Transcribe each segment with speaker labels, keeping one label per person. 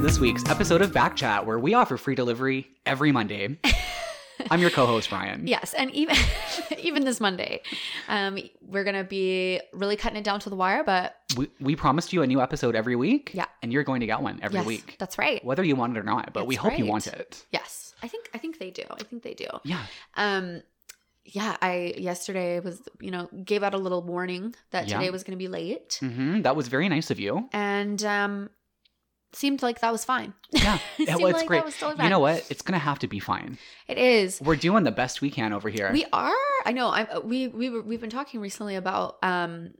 Speaker 1: this week's episode of Back Chat, where we offer free delivery every Monday. I'm your co-host Ryan.
Speaker 2: Yes, and even even this Monday, um, we're gonna be really cutting it down to the wire. But
Speaker 1: We, we promised you a new episode every week.
Speaker 2: Yeah.
Speaker 1: and you're going to get one every
Speaker 2: yes,
Speaker 1: week,
Speaker 2: that's right.
Speaker 1: whether you want it or not. But we
Speaker 2: That's
Speaker 1: hope you
Speaker 2: right.
Speaker 1: want it.
Speaker 2: Yes, I think I think they do. I think they do.
Speaker 1: Yeah,
Speaker 2: Um, yeah, I yesterday was you know gave out a little warning that
Speaker 1: Yeah.
Speaker 2: today was gonna be late,
Speaker 1: hmm that was very nice of you.
Speaker 2: and um, seemed like that was fine.
Speaker 1: Yeah,
Speaker 2: It
Speaker 1: well,
Speaker 2: seemed
Speaker 1: it's
Speaker 2: like
Speaker 1: great.
Speaker 2: That was totally
Speaker 1: You know
Speaker 2: fine.
Speaker 1: what? It's gonna have to be fine.
Speaker 2: It is.
Speaker 1: We're doing the best we can over here.
Speaker 2: We are. I know. I we we were, we've been talking recently about um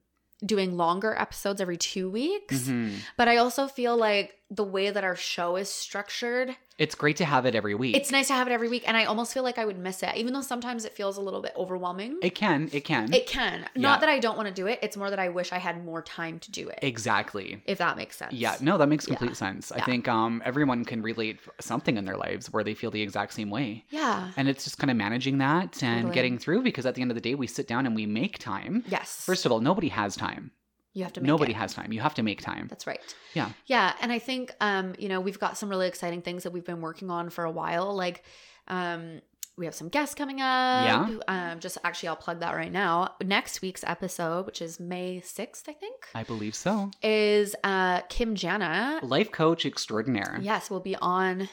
Speaker 2: doing longer episodes every two weeks.
Speaker 1: Mhm.
Speaker 2: But I also feel like the way that our show is structured,
Speaker 1: It's great to have it every week.
Speaker 2: it's nice to have it every week. And I almost feel like I would miss it, even though sometimes it feels a little bit overwhelming. It,
Speaker 1: it can. It can.
Speaker 2: can.
Speaker 1: Yeah.
Speaker 2: Not that I don't want to do it, it's more that I wish I had more time to do it,
Speaker 1: exactly.
Speaker 2: if that makes sense.
Speaker 1: Yeah, no, that makes
Speaker 2: Yeah.
Speaker 1: complete sense. I
Speaker 2: Yeah.
Speaker 1: think um, everyone can relate f- something in their lives where they feel the exact same way.
Speaker 2: Yeah.
Speaker 1: And it's just kind of managing that and
Speaker 2: Totally.
Speaker 1: getting through because at the end of the day, we sit down and we make time.
Speaker 2: Yes.
Speaker 1: First of all, nobody has time.
Speaker 2: you have to make
Speaker 1: Nobody
Speaker 2: it.
Speaker 1: has time. You have to make time.
Speaker 2: That's right.
Speaker 1: Yeah.
Speaker 2: Yeah. And I think, um, you know, we've got some really exciting things that we've been working on for a while. Like, um, we have some guests coming up.
Speaker 1: Yeah.
Speaker 2: Um, just actually, I'll plug that right now. Next week's episode, which is May 6th, I think,
Speaker 1: I believe so.
Speaker 2: is uh, Kim Jana.
Speaker 1: Life coach extraordinaire.
Speaker 2: Yes, will be on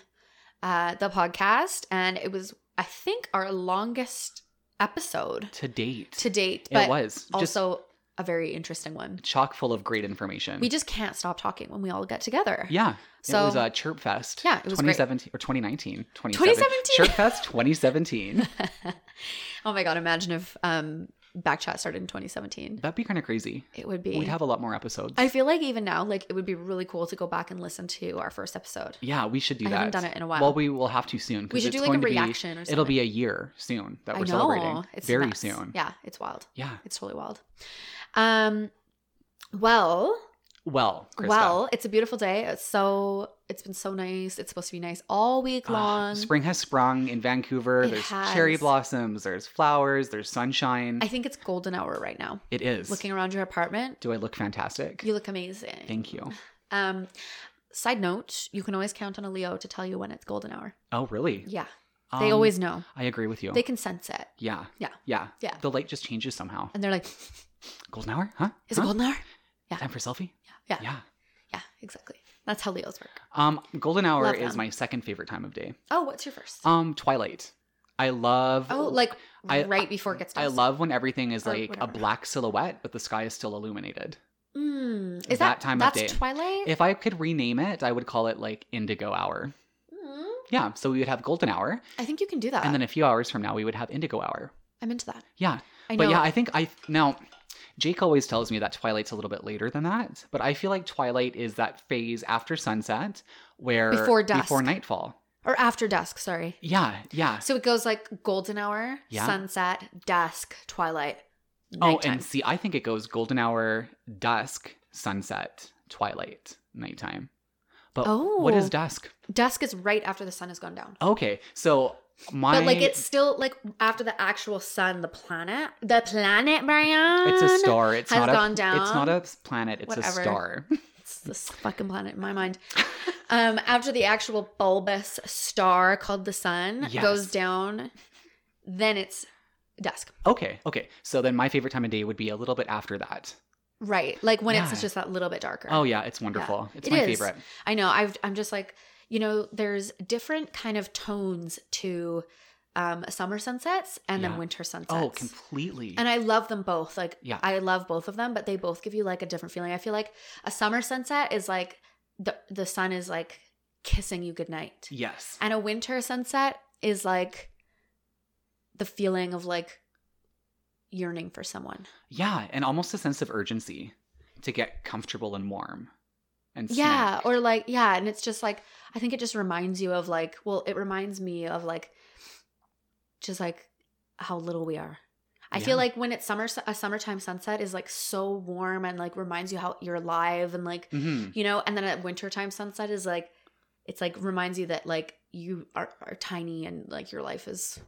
Speaker 2: uh, the podcast. And it was, I think, our longest episode
Speaker 1: To date.
Speaker 2: to date,
Speaker 1: it
Speaker 2: but
Speaker 1: was. just
Speaker 2: also a very interesting one.
Speaker 1: chock full of great information.
Speaker 2: We just can't stop talking when we all get together.
Speaker 1: yeah. it
Speaker 2: So-
Speaker 1: was uh, a Chirp Fest.
Speaker 2: Yeah, it was great.
Speaker 1: 2017 or 2019.
Speaker 2: 2017?
Speaker 1: Chirp Fest 2017.
Speaker 2: oh my god! Imagine if um, Backchat started in 2017.
Speaker 1: That'd be kind of crazy.
Speaker 2: It would be.
Speaker 1: We'd have a lot more episodes.
Speaker 2: I feel like even now, like it would be really cool to go back and listen to our first episode.
Speaker 1: Yeah, we should do
Speaker 2: I
Speaker 1: that.
Speaker 2: haven't done it in a while.
Speaker 1: Well, we will have to soon. 'cause
Speaker 2: we should
Speaker 1: it's
Speaker 2: do like a
Speaker 1: going to be-
Speaker 2: reaction or something.
Speaker 1: it'll be a year soon that
Speaker 2: I
Speaker 1: we're
Speaker 2: know.
Speaker 1: celebrating.
Speaker 2: It's
Speaker 1: very
Speaker 2: nuts.
Speaker 1: soon.
Speaker 2: Yeah, it's wild.
Speaker 1: Yeah.
Speaker 2: It's totally wild. Um, well,
Speaker 1: Well, Krista,
Speaker 2: well, it's a beautiful day. It's so it's been so nice. It's supposed to be nice all week
Speaker 1: ah,
Speaker 2: long.
Speaker 1: spring has sprung in Vancouver.
Speaker 2: It
Speaker 1: there's cherry
Speaker 2: has.
Speaker 1: blossoms. There's flowers. There's sunshine.
Speaker 2: I think it's golden hour right now.
Speaker 1: it is.
Speaker 2: Looking around your apartment,
Speaker 1: Do I look fantastic?
Speaker 2: you look amazing.
Speaker 1: Thank you.
Speaker 2: Um, side note, you can always count on a Leo to tell you when it's golden hour.
Speaker 1: Oh, really?
Speaker 2: Yeah, they
Speaker 1: Um, oh.
Speaker 2: always know.
Speaker 1: I agree with you.
Speaker 2: They can sense it,
Speaker 1: yeah.
Speaker 2: Yeah.
Speaker 1: Yeah.
Speaker 2: Yeah.
Speaker 1: The light just changes somehow.
Speaker 2: and they're like,
Speaker 1: Golden hour? Huh?
Speaker 2: "Is
Speaker 1: huh?
Speaker 2: it golden hour?"
Speaker 1: Time for selfie?
Speaker 2: Yeah.
Speaker 1: Yeah.
Speaker 2: Yeah, exactly. That's how Leos work.
Speaker 1: Um, golden hour
Speaker 2: Love
Speaker 1: is
Speaker 2: them.
Speaker 1: my second favorite time of day.
Speaker 2: Oh, what's your first?
Speaker 1: Um, twilight. I love.
Speaker 2: oh, like
Speaker 1: I-
Speaker 2: right before it gets.
Speaker 1: I
Speaker 2: dusk.
Speaker 1: love when everything is
Speaker 2: Or
Speaker 1: like a
Speaker 2: whatever.
Speaker 1: black silhouette, but the sky is still illuminated.
Speaker 2: Mm,
Speaker 1: that
Speaker 2: is that,
Speaker 1: time of
Speaker 2: That's
Speaker 1: day.
Speaker 2: twilight.
Speaker 1: If I could rename it, I would call it like Indigo Hour.
Speaker 2: Mm,
Speaker 1: Yeah, so we would have Golden Hour,
Speaker 2: I think you can do that.
Speaker 1: and then a few hours from now, we would have Indigo Hour.
Speaker 2: I'm into that.
Speaker 1: Yeah,
Speaker 2: I know.
Speaker 1: but yeah, I think I now Jake always tells me that Twilight's a little bit later than that, but I feel like Twilight is that phase after sunset where
Speaker 2: Before dusk.
Speaker 1: before nightfall.
Speaker 2: or after dusk. Sorry.
Speaker 1: Yeah, yeah.
Speaker 2: So it goes like golden hour,
Speaker 1: Yeah.
Speaker 2: sunset, dusk, twilight.
Speaker 1: Oh,
Speaker 2: Nighttime.
Speaker 1: and see, I think it goes Golden Hour, dusk, sunset, twilight, nighttime. But what is
Speaker 2: Oh.
Speaker 1: dusk?
Speaker 2: dusk is right after the sun has gone down.
Speaker 1: Okay, so my
Speaker 2: But like it's still like after the actual sun, the planet, the planet, Brian.
Speaker 1: it's a star. It's
Speaker 2: has
Speaker 1: not a
Speaker 2: gone down.
Speaker 1: it's not a planet. It's
Speaker 2: Whatever.
Speaker 1: a star.
Speaker 2: It's this fucking planet in my mind. Um, after the actual bulbous star called the sun
Speaker 1: Yes.
Speaker 2: goes down, then it's dusk.
Speaker 1: Okay, okay. So then my favorite time of day would be a little bit after that.
Speaker 2: Right, like when
Speaker 1: Yeah.
Speaker 2: it's just that little bit darker.
Speaker 1: Oh yeah, it's wonderful. It's
Speaker 2: It
Speaker 1: my
Speaker 2: is.
Speaker 1: favorite.
Speaker 2: I know. I've, I'm just like you know. There's different kind of tones to um, summer sunsets and
Speaker 1: Yeah.
Speaker 2: then winter sunsets.
Speaker 1: Oh, completely.
Speaker 2: And I love them both. Like,
Speaker 1: Yeah.
Speaker 2: I love both of them, but they both give you like a different feeling. I feel like a summer sunset is like the the sun is like kissing you goodnight,
Speaker 1: yes.
Speaker 2: and a winter sunset is like the feeling of like yearning for someone.
Speaker 1: Yeah, and almost a sense of urgency to get comfortable and warm. And
Speaker 2: Yeah,
Speaker 1: snack.
Speaker 2: or like yeah, and it's just like I think it just reminds you of like well, it reminds me of like just like how little we are. I
Speaker 1: Yeah.
Speaker 2: feel like when it's summer, a summertime sunset is like so warm and like reminds you how you're alive and like
Speaker 1: Mhm.
Speaker 2: you know, and then a wintertime sunset is like it's like reminds you that like you are, are tiny and like your life is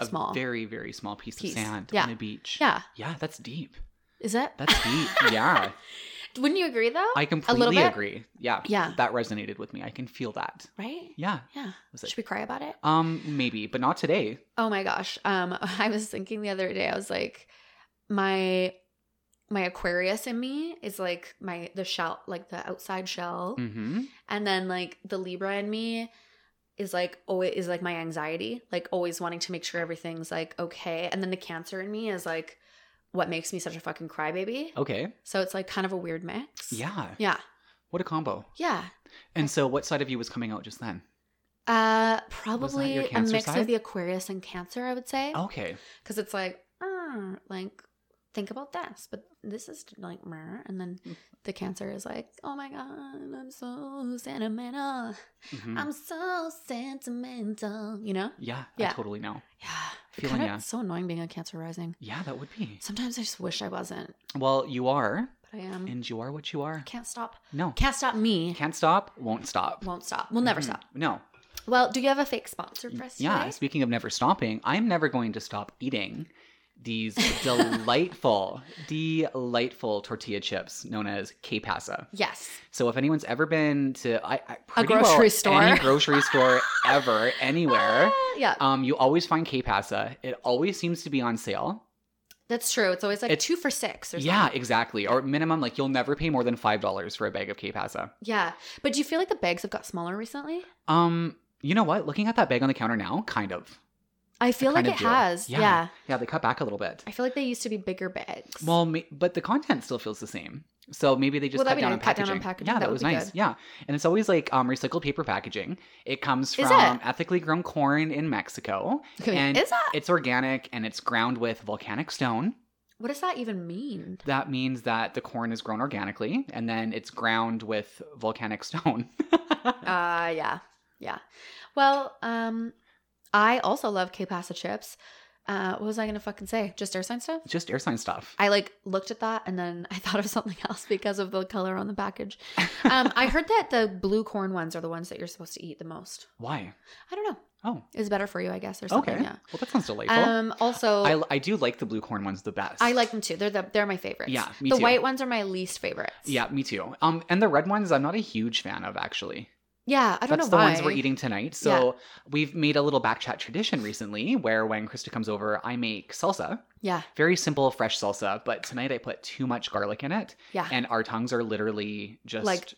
Speaker 1: a
Speaker 2: small.
Speaker 1: very very small piece,
Speaker 2: Piece.
Speaker 1: of sand
Speaker 2: Yeah.
Speaker 1: on the beach.
Speaker 2: yeah,
Speaker 1: Yeah, that's deep.
Speaker 2: is it?
Speaker 1: That's deep. yeah.
Speaker 2: Wouldn't you agree though?
Speaker 1: I completely
Speaker 2: bit?
Speaker 1: agree. Yeah.
Speaker 2: yeah.
Speaker 1: That resonated with me. I can feel that.
Speaker 2: Right?
Speaker 1: Yeah.
Speaker 2: Yeah.
Speaker 1: Was it-
Speaker 2: Should we cry about it?
Speaker 1: Um, maybe, but not today.
Speaker 2: Oh my gosh. Um I was thinking the other day I was like my my Aquarius in me is like my the shell like the outside shell
Speaker 1: Mm-hmm.
Speaker 2: and then like the Libra in me is like always is like my anxiety, like always wanting to make sure everything's like okay and then the Cancer in me is like what makes me such a fucking crybaby.
Speaker 1: Okay.
Speaker 2: So it's like kind of a weird mix.
Speaker 1: Oh. Yeah.
Speaker 2: Yeah.
Speaker 1: What a combo.
Speaker 2: Yeah.
Speaker 1: And so, what side of you was coming out just then?
Speaker 2: Uh
Speaker 1: your
Speaker 2: probably a
Speaker 1: Cancer
Speaker 2: mix
Speaker 1: side?
Speaker 2: of the Aquarius and Cancer, I would say.
Speaker 1: Okay.
Speaker 2: because it's like "Mm, like think about this but this is like "Mer," and then
Speaker 1: Mm.
Speaker 2: the cancer is like oh my god i'm so sentimental
Speaker 1: Mhm.
Speaker 2: i'm so sentimental you know
Speaker 1: yeah, I
Speaker 2: yeah.
Speaker 1: totally know.
Speaker 2: yeah
Speaker 1: Feeling
Speaker 2: kind
Speaker 1: ya.
Speaker 2: of so annoying being a cancer rising
Speaker 1: Yeah, that would be.
Speaker 2: sometimes i just wish i wasn't
Speaker 1: Well, you are,
Speaker 2: but i am
Speaker 1: and you are what you are.
Speaker 2: can't stop
Speaker 1: No.
Speaker 2: can't stop me
Speaker 1: Can't stop, won't stop.
Speaker 2: won't stop we'll never
Speaker 1: Mhm.
Speaker 2: stop
Speaker 1: No.
Speaker 2: well do you have a fake sponsor for us
Speaker 1: Yeah,
Speaker 2: today?
Speaker 1: speaking of never stopping, I'm never going to stop eating these delightful, delightful tortilla chips known as K-Pasa.
Speaker 2: yes
Speaker 1: So if anyone's ever been to I, I
Speaker 2: A
Speaker 1: pretty
Speaker 2: grocery
Speaker 1: well
Speaker 2: store.
Speaker 1: any grocery store ever, anywhere,
Speaker 2: Ah, yeah
Speaker 1: um, you always find K-Pasa. It always seems to be on sale.
Speaker 2: that's true it's always like
Speaker 1: It's-
Speaker 2: two for six or something.
Speaker 1: Yeah, exactly. Or minimum, like you'll never pay more than five dollars for a bag of K-Pasa.
Speaker 2: yeah but do you feel like the bags have got smaller recently
Speaker 1: Um, you know what? Looking at that bag on the counter now, kind of.
Speaker 2: I feel like
Speaker 1: kind of
Speaker 2: it
Speaker 1: deal.
Speaker 2: has.
Speaker 1: Yeah.
Speaker 2: Yeah.
Speaker 1: Yeah, they cut back a little bit.
Speaker 2: I feel like they used to be bigger bags.
Speaker 1: Well, ma- but the content still feels the same. So maybe they just
Speaker 2: Well,
Speaker 1: cut,
Speaker 2: that'd be
Speaker 1: down
Speaker 2: nice. Cut down
Speaker 1: on
Speaker 2: on
Speaker 1: packaging.
Speaker 2: packaging.
Speaker 1: Yeah, that,
Speaker 2: That would
Speaker 1: was
Speaker 2: be
Speaker 1: nice.
Speaker 2: good.
Speaker 1: Yeah, and it's always like um, recycled paper packaging. It comes
Speaker 2: Is
Speaker 1: from
Speaker 2: it?
Speaker 1: ethically grown corn in Mexico.
Speaker 2: Okay,
Speaker 1: and
Speaker 2: is that
Speaker 1: It's organic and it's ground with volcanic stone.
Speaker 2: what does that even mean?
Speaker 1: That means that the corn is grown organically and then it's ground with volcanic stone.
Speaker 2: Uh yeah. Yeah. Well, um I also love K pasta chips. Uh what was I gonna fucking say? Just air sign stuff?
Speaker 1: just air sign stuff.
Speaker 2: I like looked at that and then I thought of something else because of the color on the package. Um I heard that the blue corn ones are the ones that you're supposed to eat the most.
Speaker 1: Why?
Speaker 2: I don't know.
Speaker 1: Oh,
Speaker 2: It's better for you, I guess, or something.
Speaker 1: okay.
Speaker 2: Yeah.
Speaker 1: Well, that sounds delightful.
Speaker 2: Um also I,
Speaker 1: I, I do like the blue corn ones the best.
Speaker 2: like them too. They're the, they're my favorites.
Speaker 1: Yeah, me
Speaker 2: the
Speaker 1: too.
Speaker 2: white ones are my least favorites.
Speaker 1: Yeah, me too. Um, and the red ones, I'm not a huge fan of actually.
Speaker 2: Yeah, I don't
Speaker 1: That's
Speaker 2: know
Speaker 1: the
Speaker 2: why.
Speaker 1: ones we're eating tonight. So we've made a little back chat tradition recently, where when Krista comes over, I make salsa,
Speaker 2: Yeah,
Speaker 1: very simple fresh salsa. But tonight I put too much garlic in it,
Speaker 2: yeah,
Speaker 1: and our tongues are literally just
Speaker 2: Like,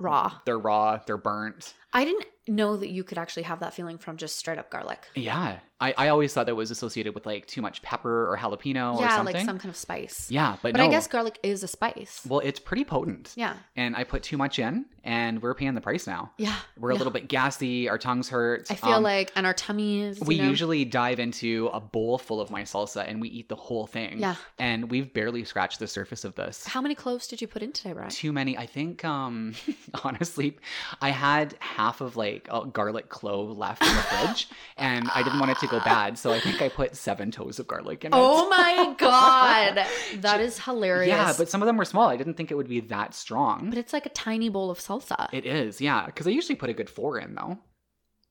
Speaker 2: raw.
Speaker 1: They're raw. They're burnt.
Speaker 2: I didn't know that you could actually have that feeling from just straight up garlic.
Speaker 1: Yeah, I, I always thought that was associated with like too much pepper or jalapeno or
Speaker 2: yeah,
Speaker 1: something.
Speaker 2: like some kind of spice.
Speaker 1: Yeah, but,
Speaker 2: but
Speaker 1: no.
Speaker 2: I guess garlic is a spice.
Speaker 1: well, it's pretty potent.
Speaker 2: yeah,
Speaker 1: And I put too much in, and we're paying the price now.
Speaker 2: yeah.
Speaker 1: We're a
Speaker 2: Yeah.
Speaker 1: little bit gassy. Our tongues hurt.
Speaker 2: I feel
Speaker 1: um,
Speaker 2: like, and our tummies. you
Speaker 1: we
Speaker 2: know?
Speaker 1: usually dive into a bowl full of my salsa and we eat the whole thing.
Speaker 2: Yeah.
Speaker 1: And we've barely scratched the surface of this.
Speaker 2: How many cloves did you put in today, Brian?
Speaker 1: Too many. I think, um, honestly, I had half of like a garlic clove left in the fridge and I didn't want it to go bad. So I think I put seven toes of garlic in it.
Speaker 2: Oh my god, that is hilarious.
Speaker 1: Yeah, but some of them were small. I didn't think it would be that strong.
Speaker 2: But it's like a tiny bowl of salsa.
Speaker 1: it is, yeah. Because I usually put a good four in though.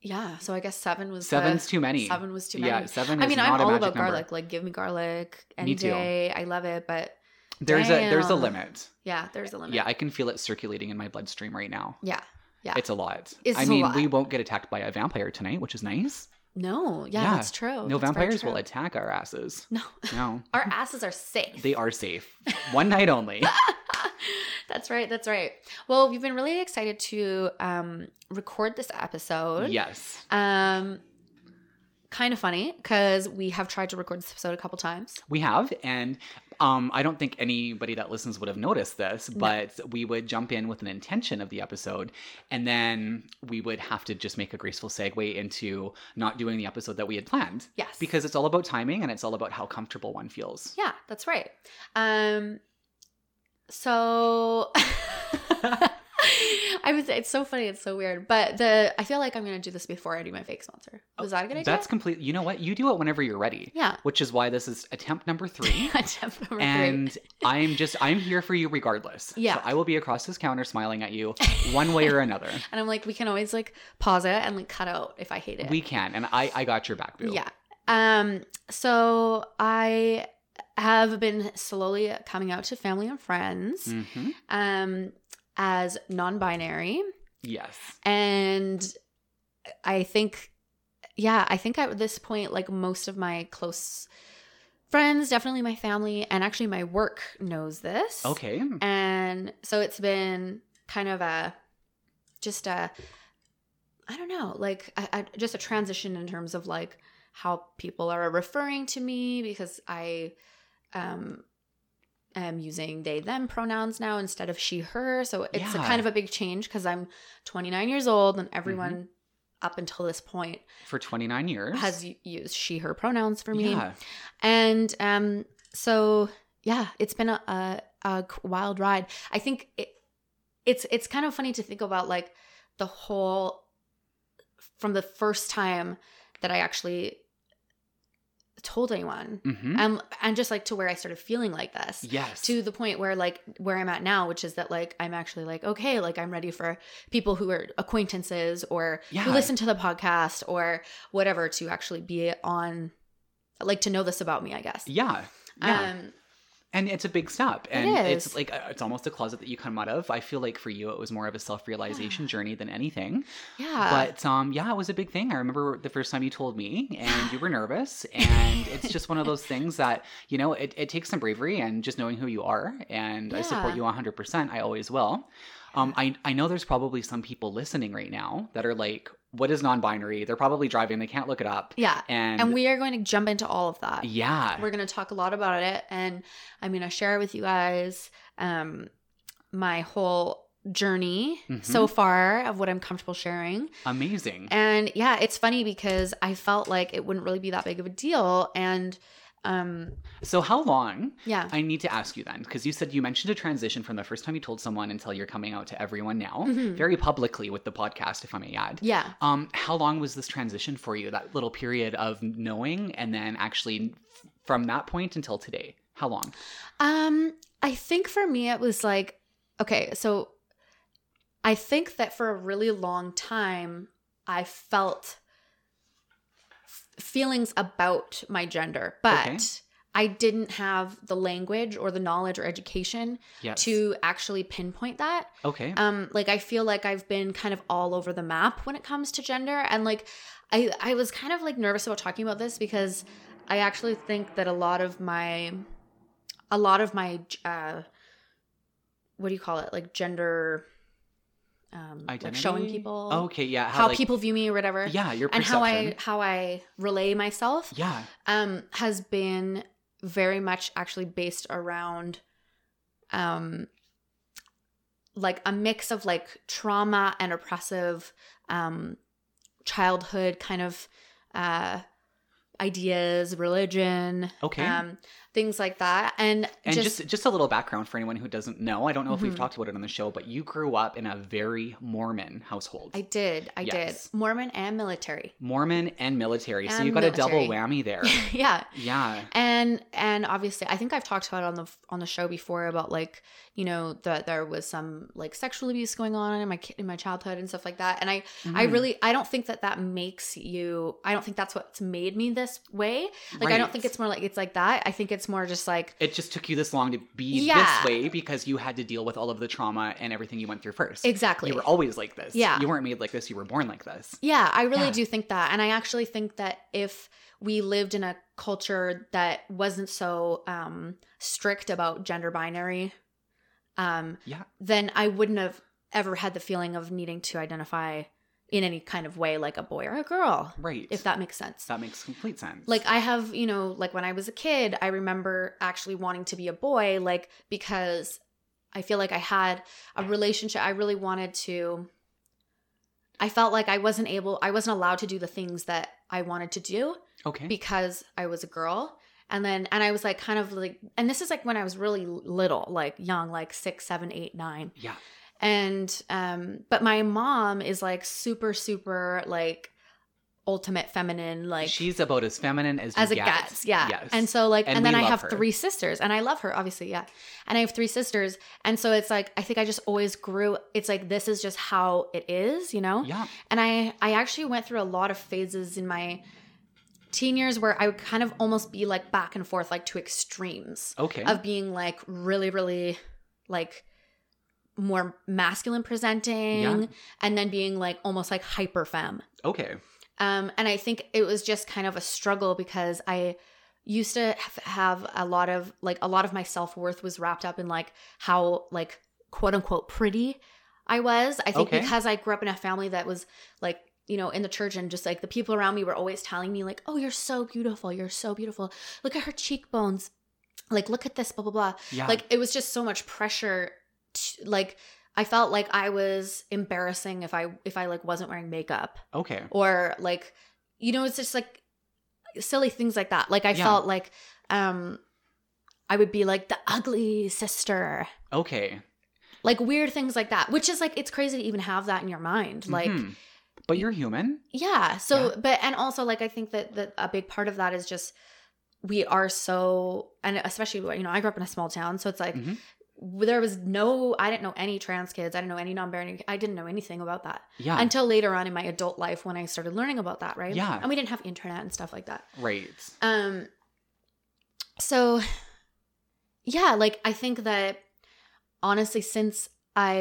Speaker 2: yeah, so I guess seven was the-
Speaker 1: Seven's too many.
Speaker 2: Seven was too many.
Speaker 1: Yeah, seven.
Speaker 2: I
Speaker 1: is
Speaker 2: mean,
Speaker 1: not
Speaker 2: I'm
Speaker 1: a
Speaker 2: all
Speaker 1: magic
Speaker 2: about
Speaker 1: number.
Speaker 2: garlic. Like, give me garlic any
Speaker 1: Me too.
Speaker 2: day. I love it, but
Speaker 1: There's a there's a
Speaker 2: Damn.
Speaker 1: limit.
Speaker 2: yeah, there's a limit.
Speaker 1: Yeah, I can feel it circulating in my bloodstream right now.
Speaker 2: yeah. Yeah.
Speaker 1: It's a lot.
Speaker 2: It's
Speaker 1: I
Speaker 2: a
Speaker 1: mean,
Speaker 2: lot.
Speaker 1: we won't get attacked by a vampire tonight, which is nice.
Speaker 2: No, yeah,
Speaker 1: Yeah.
Speaker 2: that's true.
Speaker 1: no
Speaker 2: Oh, That's very
Speaker 1: vampires
Speaker 2: true.
Speaker 1: will attack our asses.
Speaker 2: No,
Speaker 1: No.
Speaker 2: our asses are safe.
Speaker 1: they are safe. One night only.
Speaker 2: that's right. That's right. Well, we've been really excited to um, record this episode.
Speaker 1: yes.
Speaker 2: Um, kind of funny because we have tried to record this episode a couple times.
Speaker 1: We have and um, I don't think anybody that listens would have noticed this,
Speaker 2: No.
Speaker 1: but we would jump in with an intention of the episode, and then we would have to just make a graceful segue into not doing the episode that we had planned
Speaker 2: Yes.
Speaker 1: because it's all about timing and it's all about how comfortable one feels.
Speaker 2: yeah, that's right. Um, so. I was. It's so funny. It's so weird. But the I feel like I'm gonna do this before I do my fake sponsor. Was that a good idea?
Speaker 1: Oh, That's complete. You know what? You do it whenever you're ready.
Speaker 2: yeah.
Speaker 1: which is why this is attempt number three.
Speaker 2: Attempt number three.
Speaker 1: and I'm just, I'm here for you regardless.
Speaker 2: Yeah.
Speaker 1: So I will be across this counter smiling at you one way or another.
Speaker 2: And I'm like, we can always like pause it and like cut out if I hate it.
Speaker 1: We can. And I, I got your back, boo.
Speaker 2: yeah. Um. So I have been slowly coming out to family and friends
Speaker 1: hmm
Speaker 2: um, as non binary.
Speaker 1: Yes.
Speaker 2: And I think, yeah, I think at this point, like most of my close friends, definitely my family, and actually my work knows this.
Speaker 1: Okay.
Speaker 2: And so it's been kind of a just a I don't know, like a, a, just a transition in terms of like how people are referring to me because I um am using they them pronouns now instead of she her. So it's a
Speaker 1: Yeah. Mm-hmm.
Speaker 2: kind of a big change because I'm 29 years old and everyone up until this point
Speaker 1: For 29 years.
Speaker 2: has u- used she her pronouns for me.
Speaker 1: Yeah.
Speaker 2: And um, so yeah, it's been a, a, a wild ride. I think it, it's it's kind of funny to think about like the whole from the first time that I actually told anyone,
Speaker 1: hmm
Speaker 2: and and just like to where I started feeling like this
Speaker 1: Yes.
Speaker 2: to the point where like where I'm at now, which is that like I'm actually like okay, like I'm ready for people who are acquaintances or who
Speaker 1: Yeah.
Speaker 2: listen to the podcast or whatever to actually be on, like to know this about me, I guess.
Speaker 1: yeah. Yeah.
Speaker 2: Um,
Speaker 1: and it's a big step
Speaker 2: It
Speaker 1: and
Speaker 2: is.
Speaker 1: it's like uh, it's almost a closet that you come out of i feel like for you it was more of a self-realization
Speaker 2: Yeah.
Speaker 1: journey than anything
Speaker 2: yeah.
Speaker 1: but um yeah it was a big thing i remember the first time you told me and you were nervous and it's just one of those things that you know it, it takes some bravery and just knowing who you are and i support
Speaker 2: Yeah.
Speaker 1: you 100% i always will um I, I know there's probably some people listening right now that are like what is non-binary they're probably driving they can't look it up
Speaker 2: yeah.
Speaker 1: and,
Speaker 2: And we are going to jump into all of that.
Speaker 1: yeah
Speaker 2: We're going to talk a lot about it. And I'm going to share with you guys um, my whole journey
Speaker 1: Mhm.
Speaker 2: so far of what I'm comfortable sharing.
Speaker 1: amazing
Speaker 2: And yeah, it's funny because I felt like it wouldn't really be that big of a deal. And um,
Speaker 1: so how long
Speaker 2: yeah.
Speaker 1: I need to ask you then, because you said you mentioned a transition from the first time you told someone until you're coming out to everyone now,
Speaker 2: Mhm.
Speaker 1: very publicly with the podcast, if I may add.
Speaker 2: Yeah.
Speaker 1: Um, how long was this transition for you? That little period of knowing, and then actually f- from that point until today, how long?
Speaker 2: Um, I think for me it was like, okay, so I think that for a really long time I felt f- feelings about my gender, but
Speaker 1: Okay.
Speaker 2: I didn't have the language or the knowledge or education
Speaker 1: Yes.
Speaker 2: to actually pinpoint that.
Speaker 1: Okay.
Speaker 2: Um, like I feel like I've been kind of all over the map when it comes to gender, and like I I was kind of like nervous about talking about this because I actually think that a lot of my a lot of my uh, what do you call it like gender um like
Speaker 1: Identity. Oh,
Speaker 2: showing people
Speaker 1: Okay. Yeah.
Speaker 2: how
Speaker 1: like-
Speaker 2: people view me or whatever
Speaker 1: Yeah. Your
Speaker 2: and
Speaker 1: perception.
Speaker 2: how I how I relay myself
Speaker 1: Yeah.
Speaker 2: um has been very much actually based around um like a mix of like trauma and oppressive um childhood kind of uh ideas religion
Speaker 1: Okay.
Speaker 2: um things like that and,
Speaker 1: and
Speaker 2: just,
Speaker 1: just, just a little background for anyone who doesn't know. I don't know if
Speaker 2: Mhm.
Speaker 1: we've talked about it on the show, but you grew up in a very Mormon household.
Speaker 2: i did i
Speaker 1: Yes.
Speaker 2: did mormon and military
Speaker 1: Mormon and military. so
Speaker 2: And
Speaker 1: you got a double
Speaker 2: military.
Speaker 1: whammy there.
Speaker 2: yeah
Speaker 1: yeah.
Speaker 2: and and obviously i think i've talked about it on the on the show before about like you know that there was some like sexual abuse going on in my ki- in my childhood and stuff like that and i i
Speaker 1: Mhm.
Speaker 2: really i don't think that that makes you i don't think that's what's made me this way like i don't
Speaker 1: Right.
Speaker 2: think it's more like it's like that i think it's more just like
Speaker 1: it just took you this long to be
Speaker 2: Yeah.
Speaker 1: this way because you had to deal with all of the trauma and everything you went through first.
Speaker 2: exactly
Speaker 1: You were always like this.
Speaker 2: Yeah.
Speaker 1: You weren't made like this. You were born like this.
Speaker 2: Yeah, I really
Speaker 1: Yeah.
Speaker 2: do think that. And I actually think that if we lived in a culture that wasn't so um strict about gender binary, um
Speaker 1: Yeah.
Speaker 2: then I wouldn't have ever had the feeling of needing to identify in any kind of way like a boy or a girl,
Speaker 1: Right.
Speaker 2: if that makes sense.
Speaker 1: that makes complete sense.
Speaker 2: Like I have, you know, like when I was a kid, I remember actually wanting to be a boy like because I feel like I had a relationship I really wanted to I felt like I wasn't able I wasn't allowed to do the things that I wanted to do
Speaker 1: okay.
Speaker 2: because I was a girl. And then and I was like kind of like and this is like when I was really little, like young, like six, seven, eight, nine
Speaker 1: yeah.
Speaker 2: and um but my mom is like super super like ultimate feminine like
Speaker 1: She's about as feminine as you
Speaker 2: as it
Speaker 1: get.
Speaker 2: gets yeah
Speaker 1: Yes.
Speaker 2: and so like and,
Speaker 1: And
Speaker 2: then
Speaker 1: we
Speaker 2: i
Speaker 1: love
Speaker 2: have
Speaker 1: her.
Speaker 2: three sisters and i love her obviously yeah and i have three sisters and so it's like i think i just always grew it's like this is just how it is you know
Speaker 1: yeah.
Speaker 2: and i i actually went through a lot of phases in my teen years where I would kind of almost be like back and forth, like to extremes
Speaker 1: Okay.
Speaker 2: of being like really, really like more masculine presenting
Speaker 1: Yeah.
Speaker 2: and then being like almost like hyper femme.
Speaker 1: okay.
Speaker 2: Um, and I think it was just kind of a struggle because I used to have- have a lot of like a lot of my self worth was wrapped up in like how like quote unquote pretty I was. I think
Speaker 1: Okay.
Speaker 2: because I grew up in a family that was like you know in the church and just like the people around me were always telling me like oh you're so beautiful you're so beautiful look at her cheekbones like look at this blah blah blah
Speaker 1: Yeah.
Speaker 2: like it was just so much pressure to, like I felt like I was embarrassing if I if I like wasn't wearing makeup
Speaker 1: okay.
Speaker 2: or like you know it's just like silly things like that like i
Speaker 1: Yeah.
Speaker 2: felt like um i would be like the ugly sister
Speaker 1: Okay.
Speaker 2: like weird things like that which is like it's crazy to even have that in your mind like
Speaker 1: Mhm. But you're human.
Speaker 2: yeah so
Speaker 1: Yeah.
Speaker 2: but and also like i think that that a big part of that is just we are so and especially you know i grew up in a small town so it's like
Speaker 1: Mhm.
Speaker 2: there was no i didn't know any trans kids i didn't know any non-binary i didn't know anything about that
Speaker 1: Yeah.
Speaker 2: until later on in my adult life when I started learning about that, right?
Speaker 1: Ah. Yeah.
Speaker 2: And we didn't have internet and stuff like that.
Speaker 1: right.
Speaker 2: Um so yeah, like I think that honestly since I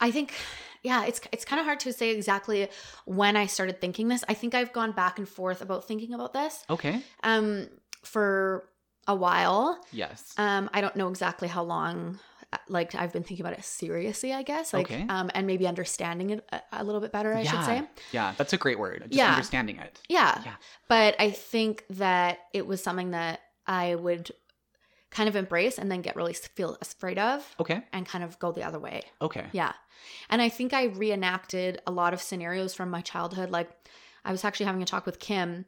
Speaker 2: I think yeah, it's it's kind of hard to say exactly when I started thinking this. I think I've gone back and forth about thinking about this
Speaker 1: Okay.
Speaker 2: um for a while.
Speaker 1: Yes.
Speaker 2: Um, I don't know exactly how long, uh, like I've been thinking about it seriously, I guess, like,
Speaker 1: Okay.
Speaker 2: um, and maybe understanding it a, a little bit better, I should
Speaker 1: Yeah.
Speaker 2: say.
Speaker 1: yeah. That's a great word. Just
Speaker 2: Yeah.
Speaker 1: understanding it.
Speaker 2: Yeah.
Speaker 1: Yeah.
Speaker 2: But I think that it was something that I would kind of embrace and then get really s- feel afraid of
Speaker 1: Okay.
Speaker 2: and kind of go the other way.
Speaker 1: Okay.
Speaker 2: Yeah. And I think I reenacted a lot of scenarios from my childhood. Like, I was actually having a talk with Kim,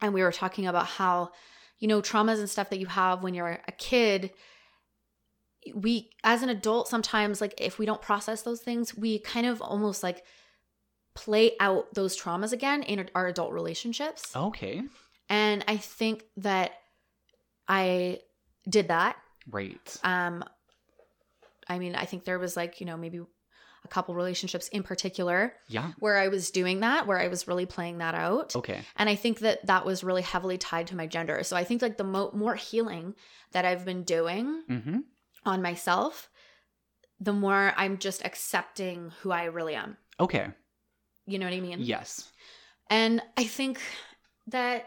Speaker 2: and we were talking about how, you know, traumas and stuff that you have when you're a kid. We, as an adult, sometimes, like, if we don't process those things, we kind of almost like play out those traumas again in our adult relationships.
Speaker 1: Okay.
Speaker 2: And I think that I did that
Speaker 1: Right.
Speaker 2: um i mean i think there was like you know maybe a couple relationships in particular
Speaker 1: Yeah.
Speaker 2: where i was doing that where i was really playing that out
Speaker 1: Okay.
Speaker 2: and i think that that was really heavily tied to my gender so i think like the mo- more healing that i've been doing
Speaker 1: Mm-hmm.
Speaker 2: on myself the more i'm just accepting who i really am
Speaker 1: Okay.
Speaker 2: you know what i mean
Speaker 1: Yes.
Speaker 2: and i think that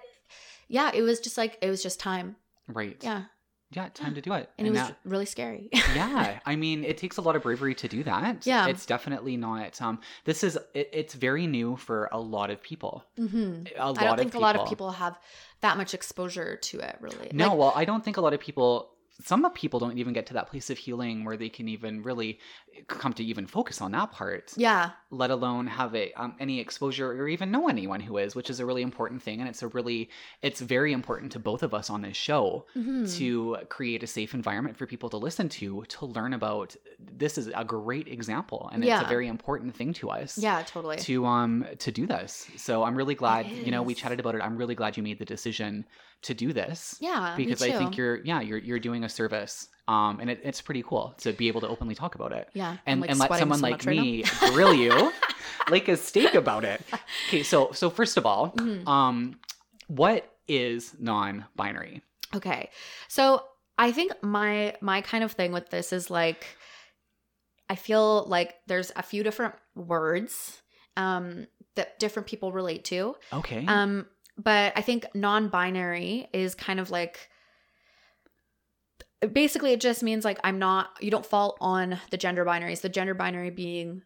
Speaker 2: yeah it was just like it was just time
Speaker 1: Right.
Speaker 2: yeah
Speaker 1: Yeah. Time to do it.
Speaker 2: and, it was
Speaker 1: that-
Speaker 2: really scary
Speaker 1: yeah i mean it takes a lot of bravery to do that
Speaker 2: Yeah.
Speaker 1: it's definitely not um this is it, it's very new for a lot of people
Speaker 2: mm-hmm.
Speaker 1: a lot
Speaker 2: I don't
Speaker 1: of
Speaker 2: think
Speaker 1: people
Speaker 2: a lot of people have that much exposure to it, really.
Speaker 1: no
Speaker 2: Like,
Speaker 1: well i don't think a lot of people some people don't even get to that place of healing where they can even really come to even focus on that part
Speaker 2: yeah,
Speaker 1: let alone have a, um, any exposure or even know anyone who is which is a really important thing and it's a really it's very important to both of us on this show
Speaker 2: Mhm.
Speaker 1: to create a safe environment for people to listen to to learn about this is a great example and it's
Speaker 2: Yeah.
Speaker 1: a very important thing to us
Speaker 2: yeah, totally.
Speaker 1: to um to do this so i'm really glad you know we
Speaker 2: is.
Speaker 1: chatted about it i'm really glad you made the decision to do this
Speaker 2: yeah, me
Speaker 1: because i think
Speaker 2: too.
Speaker 1: you're yeah you're you're doing a service um and it, it's pretty cool to be able to openly talk about it
Speaker 2: yeah, I'm,
Speaker 1: and,
Speaker 2: like,
Speaker 1: and let
Speaker 2: sweating
Speaker 1: someone
Speaker 2: so
Speaker 1: like
Speaker 2: much right now.
Speaker 1: me grill you like a steak about it okay so so first of all
Speaker 2: Mhm.
Speaker 1: um what is non-binary
Speaker 2: Okay, so I think my my kind of thing with this is like, I feel like there's a few different words um, that different people relate to,
Speaker 1: okay
Speaker 2: um, but I think non-binary is kind of like. basically it just means like I'm not you don't fall on the gender binaries, the gender binary being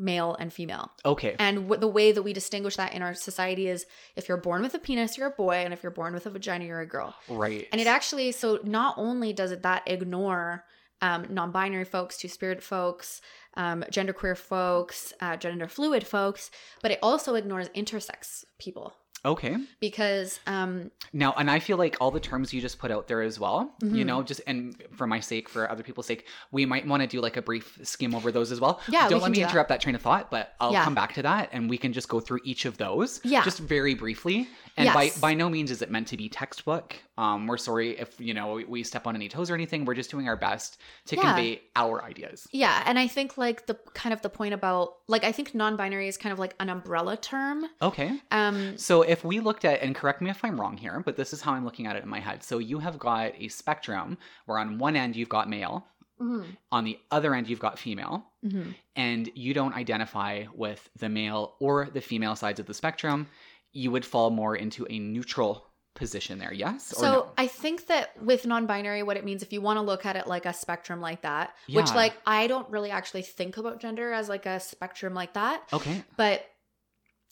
Speaker 2: male and female.
Speaker 1: okay
Speaker 2: And w- the way that we distinguish that in our society is if you're born with a penis, you're a boy, and if you're born with a vagina, you're a girl.
Speaker 1: right
Speaker 2: And it actually so not only does it that ignore um, non-binary folks, two-spirit folks, um, genderqueer folks, uh, gender fluid folks, but it also ignores intersex people
Speaker 1: okay
Speaker 2: because um,
Speaker 1: Now, and I feel like all the terms you just put out there as well, you
Speaker 2: Mhm.
Speaker 1: know, just and for my sake, for other people's sake, we might want to do like a brief skim over those as well.
Speaker 2: Yeah,
Speaker 1: don't
Speaker 2: we can
Speaker 1: let me
Speaker 2: do that.
Speaker 1: interrupt that. train of thought, but I'll
Speaker 2: Yeah.
Speaker 1: come back to that and we can just go through each of those
Speaker 2: Yeah.
Speaker 1: just very briefly And by
Speaker 2: Yes.
Speaker 1: by no means is it meant to be textbook. Um, we're sorry if you know we, we step on any toes or anything. We're just doing our best to
Speaker 2: Yeah.
Speaker 1: convey our ideas.
Speaker 2: Yeah, and I think like the kind of the point about like I think non-binary is kind of like an umbrella term.
Speaker 1: Okay.
Speaker 2: Um
Speaker 1: So if we looked at, and correct me if I'm wrong here, but this is how I'm looking at it in my head. So you have got a spectrum where on one end you've got male,
Speaker 2: mhm,
Speaker 1: on the other end you've got female,
Speaker 2: mhm.
Speaker 1: and you don't identify with the male or the female sides of the spectrum. You would fall more into a neutral position there, yes? Or
Speaker 2: So
Speaker 1: no?
Speaker 2: I think that with non-binary what it means if you want to look at it like a spectrum like that, which
Speaker 1: Yeah.
Speaker 2: like I don't really actually think about gender as like a spectrum like that,
Speaker 1: Okay.
Speaker 2: but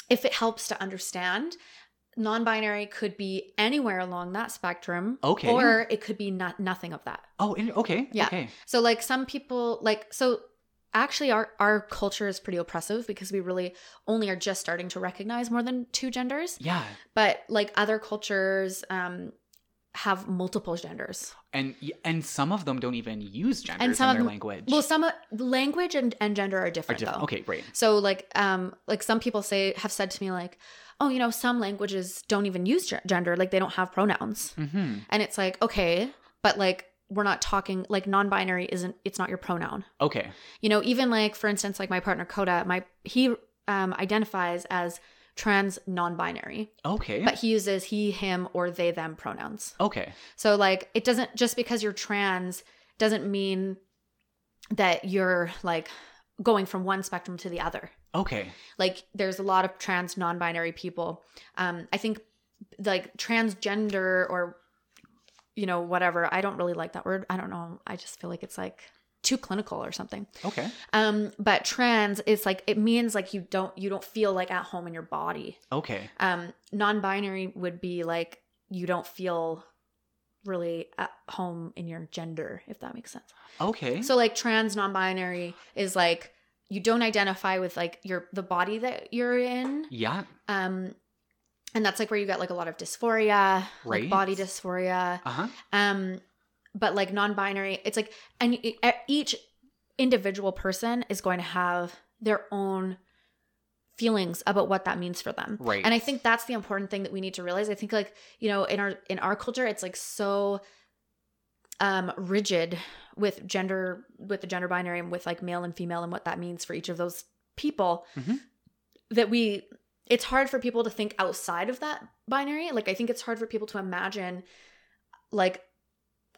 Speaker 2: if it helps to understand non-binary could be anywhere along that spectrum
Speaker 1: Okay.
Speaker 2: or it could be not nothing of that
Speaker 1: Oh, in- okay.
Speaker 2: Yeah.
Speaker 1: Okay.
Speaker 2: So like some people like so actually our our culture is pretty oppressive because we really only are just starting to recognize more than two genders,
Speaker 1: Yeah.
Speaker 2: but like other cultures um have multiple genders.
Speaker 1: And and some of them don't even use genders
Speaker 2: some
Speaker 1: in
Speaker 2: of
Speaker 1: their
Speaker 2: them-
Speaker 1: language.
Speaker 2: Well, some uh, language and and gender are
Speaker 1: Are
Speaker 2: different,
Speaker 1: different.
Speaker 2: though.
Speaker 1: Okay, great.
Speaker 2: So like um like some people say have said to me like, "Oh, you know, some languages don't even use gen- gender, like they don't have pronouns."
Speaker 1: hmm
Speaker 2: And it's like, "Okay, but like we're not talking like non-binary isn't it's not your pronoun."
Speaker 1: Okay.
Speaker 2: you know even like for instance like my partner coda my he um identifies as trans non-binary
Speaker 1: Okay.
Speaker 2: but he uses he him or they them pronouns
Speaker 1: okay.
Speaker 2: so like it doesn't just because you're trans doesn't mean that you're like going from one spectrum to the other
Speaker 1: Okay.
Speaker 2: like there's a lot of trans non-binary people um i think like transgender or you know whatever i don't really like that word i don't know i just feel like it's like too clinical or something
Speaker 1: Okay.
Speaker 2: um but trans is like it means like you don't you don't feel like at home in your body
Speaker 1: Okay.
Speaker 2: um non-binary would be like you don't feel really at home in your gender if that makes sense
Speaker 1: Okay.
Speaker 2: so like trans non-binary is like you don't identify with like your the body that you're in
Speaker 1: yeah.
Speaker 2: um and that's like where you get like a lot of dysphoria
Speaker 1: Right.
Speaker 2: like body dysphoria
Speaker 1: Uh huh.
Speaker 2: um but like non-binary it's like and e- each individual person is going to have their own feelings about what that means for them
Speaker 1: Right.
Speaker 2: and i think that's the important thing that we need to realize i think like you know in our in our culture it's like so um rigid with gender with the gender binary and with like male and female and what that means for each of those people
Speaker 1: Mhm.
Speaker 2: that we it's hard for people to think outside of that binary like i think it's hard for people to imagine like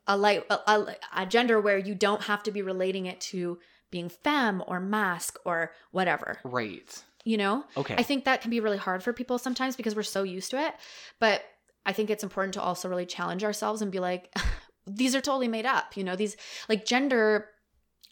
Speaker 2: a like a, a, a gender where you don't have to be relating it to being femme or mask or whatever
Speaker 1: Right.
Speaker 2: you know
Speaker 1: Okay.
Speaker 2: I think that can be really hard for people sometimes because we're so used to it. But I think it's important to also really challenge ourselves and be like, these are totally made up. You know, these like gender,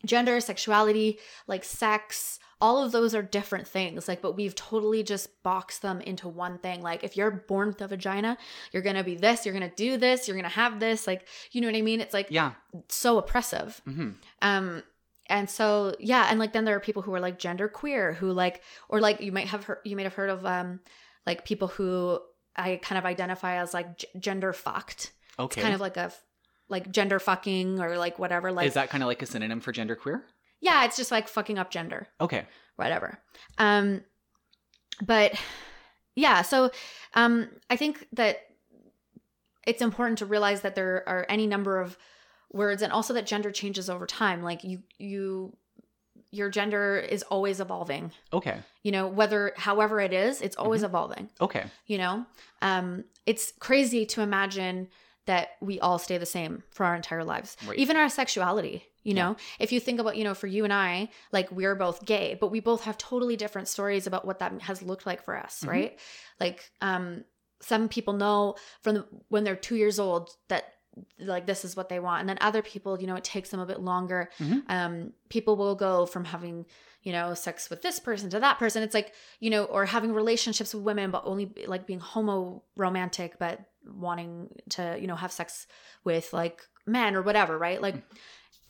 Speaker 2: gender, sexuality, like sex, all of those are different things. Like, but we've totally just boxed them into one thing. Like, if you're born with a vagina, you're going to be this, you're going to do this, you're going to have this. Like, you know what I mean? It's like
Speaker 1: yeah.
Speaker 2: so oppressive.
Speaker 1: hmm
Speaker 2: Um and so yeah, and like then there are people who are like gender queer who like or like you might have heard you might have heard of um like people who I kind of identify as like g- gender fucked.
Speaker 1: Okay.
Speaker 2: It's kind of like a f- like gender fucking or like whatever like
Speaker 1: is that kind of like a synonym for genderqueer?
Speaker 2: Yeah, it's just like fucking up gender,
Speaker 1: Okay.
Speaker 2: whatever. Um but yeah, so um I think that it's important to realize that there are any number of words and also that gender changes over time like you you your gender is always evolving
Speaker 1: Okay.
Speaker 2: you know whether however it is it's always evolving
Speaker 1: Okay.
Speaker 2: you know um it's crazy to imagine that we all stay the same for our entire lives
Speaker 1: Right.
Speaker 2: even our sexuality you
Speaker 1: Yeah.
Speaker 2: know if you think about you know for you and i like we're both gay but we both have totally different stories about what that has looked like for us
Speaker 1: Mhm.
Speaker 2: right like um some people know from the, when they're two years old that like this is what they want and then other people you know it takes them a bit longer
Speaker 1: Mhm.
Speaker 2: um people will go from having you know sex with this person to that person it's like you know or having relationships with women but only like being homo romantic but wanting to you know have sex with like men or whatever right like
Speaker 1: Mm-hmm.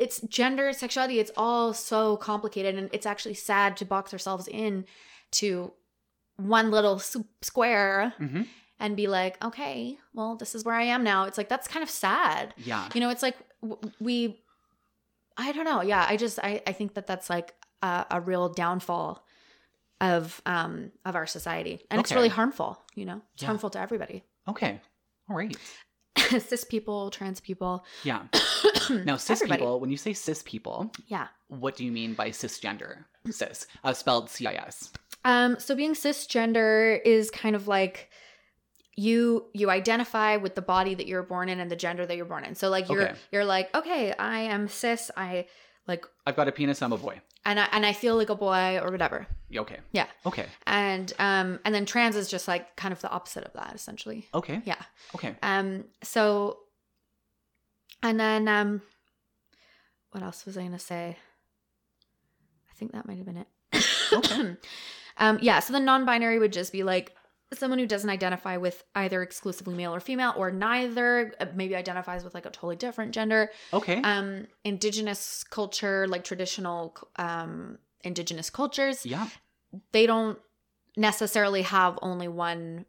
Speaker 2: it's gender sexuality it's all so complicated and it's actually sad to box ourselves in to one little s- square
Speaker 1: hmm
Speaker 2: and be like, okay, well, this is where I am now. It's like, that's kind of sad.
Speaker 1: Yeah.
Speaker 2: You know, it's like w- we, I don't know. Yeah, I just, I, I think that that's like a, a real downfall of um of our society and it's
Speaker 1: Okay.
Speaker 2: really harmful you know it's
Speaker 1: Yeah.
Speaker 2: harmful to everybody
Speaker 1: Okay. All right.
Speaker 2: cis people trans people
Speaker 1: Yeah. Now, cis
Speaker 2: Everybody.
Speaker 1: people, when you say cis people,
Speaker 2: Yeah.
Speaker 1: what do you mean by cisgender? Cis, uh, spelled C I S.
Speaker 2: Um, so being cisgender is kind of like you you identify with the body that you're born in and the gender that you're born in. So like you're
Speaker 1: Okay.
Speaker 2: you're like, okay, I am cis, I like
Speaker 1: I've got a penis, I'm a boy.
Speaker 2: and I and I feel like a boy or whatever.
Speaker 1: Okay.
Speaker 2: Yeah.
Speaker 1: Okay.
Speaker 2: And um and then trans is just like kind of the opposite of that essentially.
Speaker 1: Okay.
Speaker 2: Yeah.
Speaker 1: Okay.
Speaker 2: Um so and then um what else was I gonna say? I think that might have been it.
Speaker 1: Okay.
Speaker 2: um yeah, so the non-binary would just be like someone who doesn't identify with either exclusively male or female or neither, uh, maybe identifies with like a totally different gender.
Speaker 1: Okay.
Speaker 2: Um indigenous culture, like traditional um indigenous cultures,
Speaker 1: yeah.
Speaker 2: they don't necessarily have only one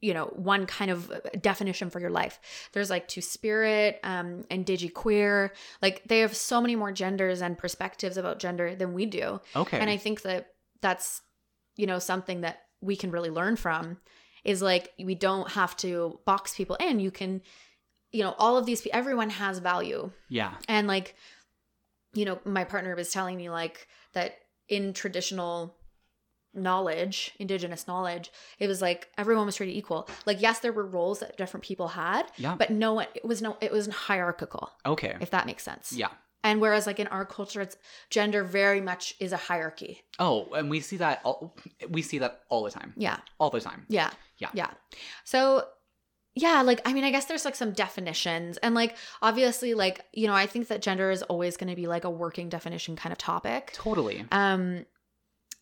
Speaker 2: you know one kind of definition for your life there's like two spirit um and digiqueer like they have so many more genders and perspectives about gender than we do
Speaker 1: Okay.
Speaker 2: and i think that that's you know something that we can really learn from is like we don't have to box people in you can you know all of these pe- everyone has value
Speaker 1: yeah.
Speaker 2: and like, you know, my partner was telling me like that in traditional knowledge, indigenous knowledge, it was like everyone was treated equal. Like, yes, there were roles that different people had,
Speaker 1: Yeah.
Speaker 2: but no one it was no it was hierarchical,
Speaker 1: okay.
Speaker 2: if that makes sense.
Speaker 1: yeah.
Speaker 2: And whereas like in our culture, it's gender very much is a hierarchy.
Speaker 1: Oh, and we see that all we see that all the time.
Speaker 2: Yeah.
Speaker 1: All the time.
Speaker 2: Yeah.
Speaker 1: Yeah.
Speaker 2: Yeah. So yeah, like I mean, I guess there's like some definitions and like obviously like, you know, I think that gender is always going to be like a working definition kind of topic.
Speaker 1: Totally.
Speaker 2: um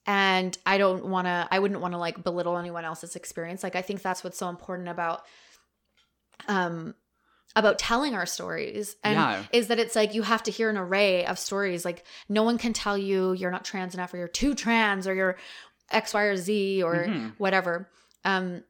Speaker 2: and i don't want to i wouldn't want to like belittle anyone else's experience like i think that's what's so important about um about telling our stories and
Speaker 1: Yeah.
Speaker 2: is that it's like you have to hear an array of stories like no one can tell you you're not trans enough or you're too trans or you're x y or z or
Speaker 1: Mhm.
Speaker 2: whatever um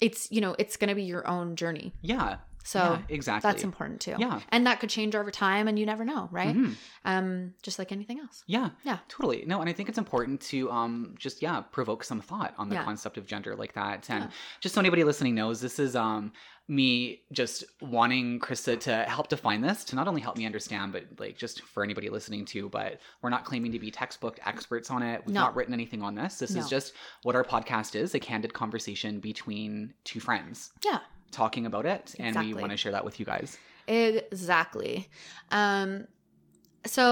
Speaker 2: it's you know it's going to be your own journey
Speaker 1: Yeah.
Speaker 2: so
Speaker 1: yeah, exactly.
Speaker 2: that's important too
Speaker 1: Yeah.
Speaker 2: and that could change over time and you never know right
Speaker 1: Mhm.
Speaker 2: um just like anything else
Speaker 1: Yeah.
Speaker 2: Yeah.
Speaker 1: Totally. No, and I think it's important to um just yeah, provoke some thought on the
Speaker 2: Yeah.
Speaker 1: concept of gender like that. And
Speaker 2: Yeah.
Speaker 1: just so anybody listening knows, this is um me just wanting Krista to help define this, to not only help me understand, but like just for anybody listening to, but we're not claiming to be textbook experts on it. We've
Speaker 2: No.
Speaker 1: not written anything on this. This
Speaker 2: No.
Speaker 1: is just what our podcast is, a candid conversation between two friends.
Speaker 2: Yeah.
Speaker 1: Talking about it. And we
Speaker 2: Exactly.
Speaker 1: want to share that with you guys.
Speaker 2: Exactly. Um, so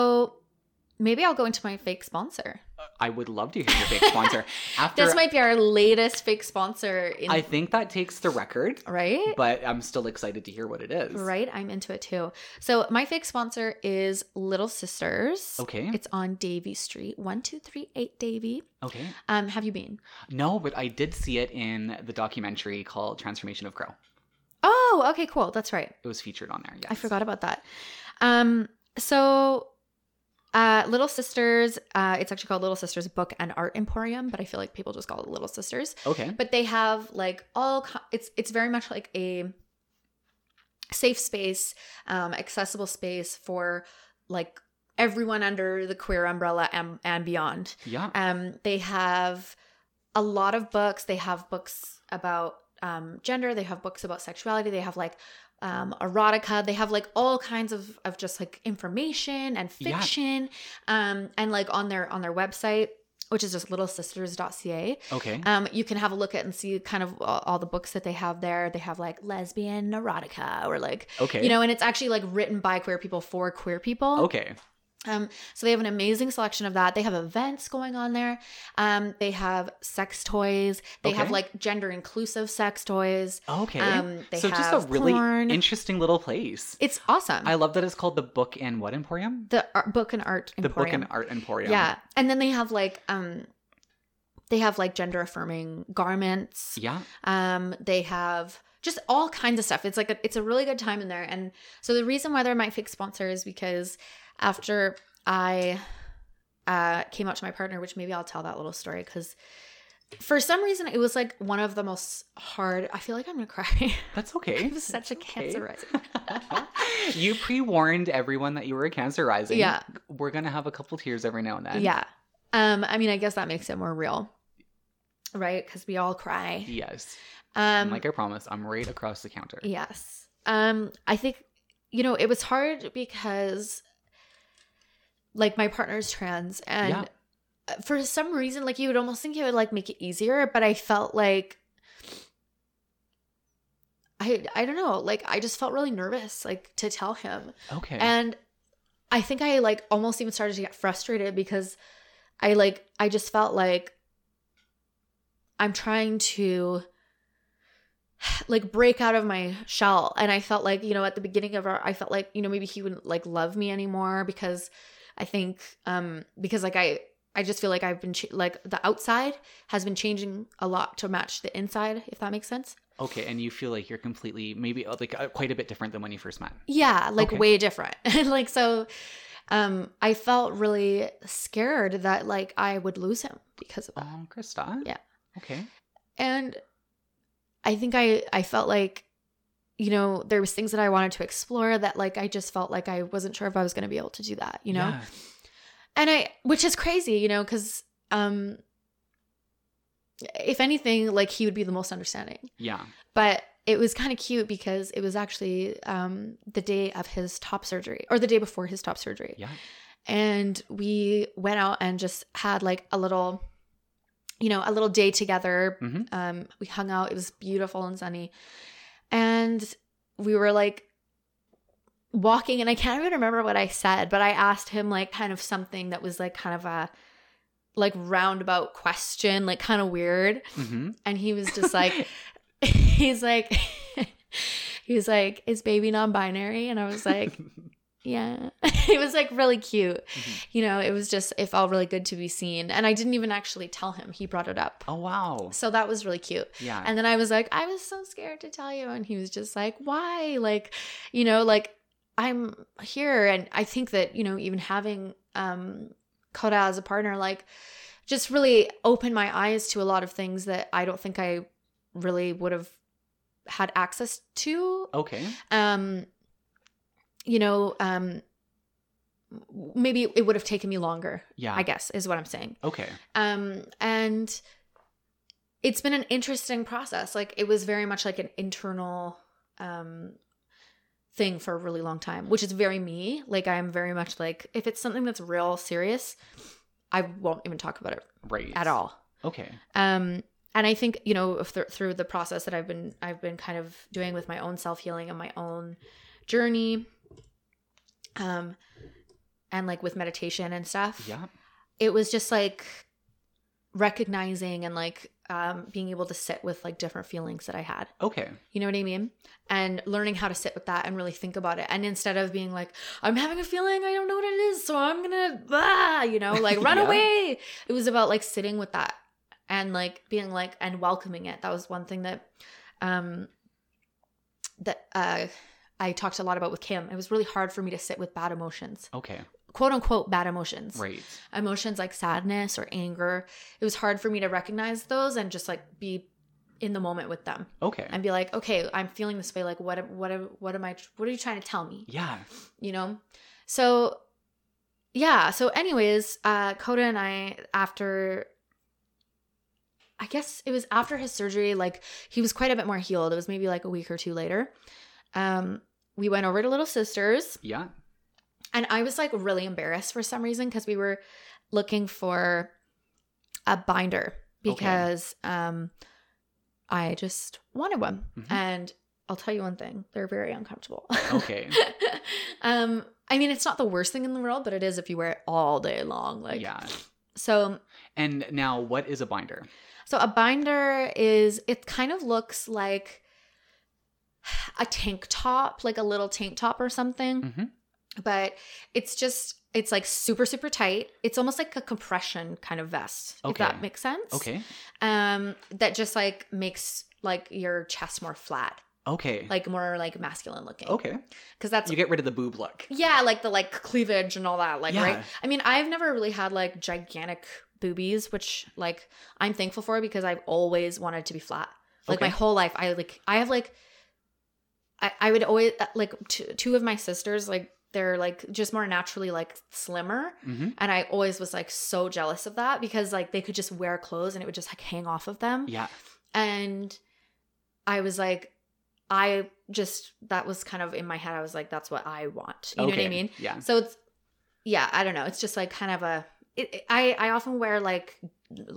Speaker 2: maybe I'll go into my fake sponsor.
Speaker 1: I would love to hear your big sponsor. After
Speaker 2: This might be our latest fake sponsor in
Speaker 1: I think that takes the record.
Speaker 2: right?
Speaker 1: but I'm still excited to hear what it is.
Speaker 2: Right, I'm into it too. So my fake sponsor is Little Sisters.
Speaker 1: Okay.
Speaker 2: It's on Davy Street, one two three eight Davy.
Speaker 1: okay.
Speaker 2: Um, have you been?
Speaker 1: No, but I did see it in the documentary called Transformation of Crow.
Speaker 2: Oh, okay, cool. That's right.
Speaker 1: It was featured on there. Yes.
Speaker 2: I forgot about that. Um, so uh, Little Sisters, uh, it's actually called Little Sisters Book and Art Emporium, but I feel like people just call it Little Sisters.
Speaker 1: Okay.
Speaker 2: but they have like all ki- it's it's very much like a safe space um accessible space for like everyone under the queer umbrella and, and beyond
Speaker 1: Yeah.
Speaker 2: um they have a lot of books they have books about um gender they have books about sexuality they have like um erotica they have like all kinds of of just like information and
Speaker 1: Yeah.
Speaker 2: fiction um and like on their on their website which is just littlesisters.ca
Speaker 1: Okay.
Speaker 2: um, you can have a look at and see kind of all, all the books that they have there. They have like lesbian erotica or like
Speaker 1: okay.
Speaker 2: Uh, you know, and it's actually like written by queer people for queer people.
Speaker 1: Okay.
Speaker 2: Um, so they have an amazing selection of that. They have events going on there. Um, they have sex toys. They have
Speaker 1: Okay.
Speaker 2: like gender inclusive sex toys.
Speaker 1: Okay.
Speaker 2: Um, they
Speaker 1: so just
Speaker 2: have
Speaker 1: a really
Speaker 2: porn.
Speaker 1: interesting little place.
Speaker 2: it's awesome.
Speaker 1: I love that it's called the Book and What Emporium?
Speaker 2: the art, book and art
Speaker 1: The Book
Speaker 2: emporium.
Speaker 1: and Art Emporium.
Speaker 2: Yeah, and then they have like um, they have like gender affirming garments.
Speaker 1: Yeah.
Speaker 2: Um, they have just all kinds of stuff. It's like a, it's a really good time in there. And so the reason why they're my fake sponsor is because after I uh, came out to my partner, which maybe I'll tell that little story because for some reason it was like one of the most hard. I feel like I'm gonna cry.
Speaker 1: That's okay.
Speaker 2: I'm such a cancer rising.
Speaker 1: you pre warned everyone that you were a cancer rising.
Speaker 2: Yeah.
Speaker 1: We're going to have a couple tears every now and then.
Speaker 2: Yeah. Um, I mean, I guess that makes it more real, right? Because we all cry.
Speaker 1: Yes.
Speaker 2: Um,
Speaker 1: and like I promised, I'm right across the counter.
Speaker 2: Yes. Um, I think, you know, it was hard because like my partner's trans and for some reason, like you would almost think it would like make it easier, but I felt like I I don't know, like I just felt really nervous like to tell him.
Speaker 1: Okay.
Speaker 2: And I think I like almost even started to get frustrated because I like I just felt like I'm trying to like break out of my shell and I felt like, you know, at the beginning of our I felt like, you know, maybe he wouldn't like love me anymore because I think um because like I I just feel like I've been ch- like the outside has been changing a lot to match the inside if that makes sense.
Speaker 1: okay. And you feel like you're completely, maybe uh, like uh, quite a bit different than when you first met.
Speaker 2: Yeah, like
Speaker 1: Okay.
Speaker 2: way different. like so um I felt really scared that like I would lose him because of that.
Speaker 1: Oh, Krista.
Speaker 2: Yeah.
Speaker 1: Okay.
Speaker 2: And I think I I felt like you know, there was things that I wanted to explore that like I just felt like I wasn't sure if I was going to be able to do that, you know?
Speaker 1: Yeah.
Speaker 2: and i which is crazy you know because um if anything like he would be the most understanding
Speaker 1: Yeah.
Speaker 2: but it was kind of cute because it was actually um the day of his top surgery or the day before his top surgery
Speaker 1: Yeah.
Speaker 2: and we went out and just had like a little you know a little day together
Speaker 1: Mhm.
Speaker 2: um we hung out it was beautiful and sunny and we were like walking and i can't even remember what i said but i asked him like kind of something that was like kind of a like roundabout question like kind of weird
Speaker 1: Mm-hmm.
Speaker 2: and he was just like he's like he was like is baby non-binary and i was like yeah it was like really cute
Speaker 1: Mhm.
Speaker 2: you know it was just it felt really good to be seen and i didn't even actually tell him he brought it up
Speaker 1: oh, wow.
Speaker 2: so that was really cute
Speaker 1: Yeah.
Speaker 2: and then i was like i was so scared to tell you and he was just like why like you know like i'm here and i think that you know even having um koda as a partner like just really opened my eyes to a lot of things that i don't think i really would have had access to
Speaker 1: okay.
Speaker 2: um you know um w- maybe it would have taken me longer
Speaker 1: Yeah.
Speaker 2: i guess is what i'm saying
Speaker 1: okay.
Speaker 2: um and it's been an interesting process like it was very much like an internal um thing for a really long time which is very me like i'm very much like if it's something that's real serious i won't even talk about it
Speaker 1: Right.
Speaker 2: at all
Speaker 1: Okay.
Speaker 2: um and i think you know if th- through the process that i've been i've been kind of doing with my own self healing and my own journey um and like with meditation and stuff
Speaker 1: Yeah.
Speaker 2: it was just like recognizing and like um, being able to sit with like different feelings that I had.
Speaker 1: Okay.
Speaker 2: You know what I mean? And learning how to sit with that and really think about it. And instead of being like, I'm having a feeling, I don't know what it is, so I'm gonna, ah, you know, like run
Speaker 1: Yeah.
Speaker 2: away. It was about like sitting with that and like being like, and welcoming it. That was one thing that, um, that, uh, I talked a lot about with Kim. It was really hard for me to sit with bad emotions,
Speaker 1: Okay.
Speaker 2: quote unquote bad emotions
Speaker 1: Right.
Speaker 2: emotions like sadness or anger it was hard for me to recognize those and just like be in the moment with them
Speaker 1: Okay.
Speaker 2: and be like okay i'm feeling this way like what am- what am- what am i what are you trying to tell me
Speaker 1: yeah.
Speaker 2: you know so yeah so anyways uh coda and i after i guess it was after his surgery like he was quite a bit more healed it was maybe like a week or two later um we went over to little sisters
Speaker 1: Yeah.
Speaker 2: and I was like really embarrassed for some reason because we were looking for a binder because um I just wanted one.
Speaker 1: Mhm.
Speaker 2: And I'll tell you one thing, they're very uncomfortable.
Speaker 1: Okay.
Speaker 2: um I mean it's not the worst thing in the world, but it is if you wear it all day long. Like
Speaker 1: yeah.
Speaker 2: so um,
Speaker 1: And now, what is a binder?
Speaker 2: so a binder is it kind of looks like a tank top, like a little tank top or something.
Speaker 1: Mhm.
Speaker 2: But it's just it's like super super tight. It's almost like a compression kind of vest. If
Speaker 1: Okay.
Speaker 2: that makes sense.
Speaker 1: Okay.
Speaker 2: Um that just like makes like your chest more flat,
Speaker 1: Okay.
Speaker 2: like more like masculine looking.
Speaker 1: okay.
Speaker 2: Cuz that's
Speaker 1: You get rid of the boob look.
Speaker 2: yeah, like the like cleavage and all that, like
Speaker 1: Yeah.
Speaker 2: right. I mean, I've never really had like gigantic boobies, which like I'm thankful for because I've always wanted to be flat. Like
Speaker 1: Okay.
Speaker 2: my whole life, I like I have like I I would always uh, like two, two of my sisters like they're like just more naturally like slimmer
Speaker 1: Mm-hmm.
Speaker 2: and i always was like so jealous of that because like they could just wear clothes and it would just like hang off of them
Speaker 1: Yeah.
Speaker 2: and i was like i just that was kind of in my head i was like that's what i want you know what i mean
Speaker 1: Yeah.
Speaker 2: so it's yeah i don't know it's just like kind of a it, it- i i often wear like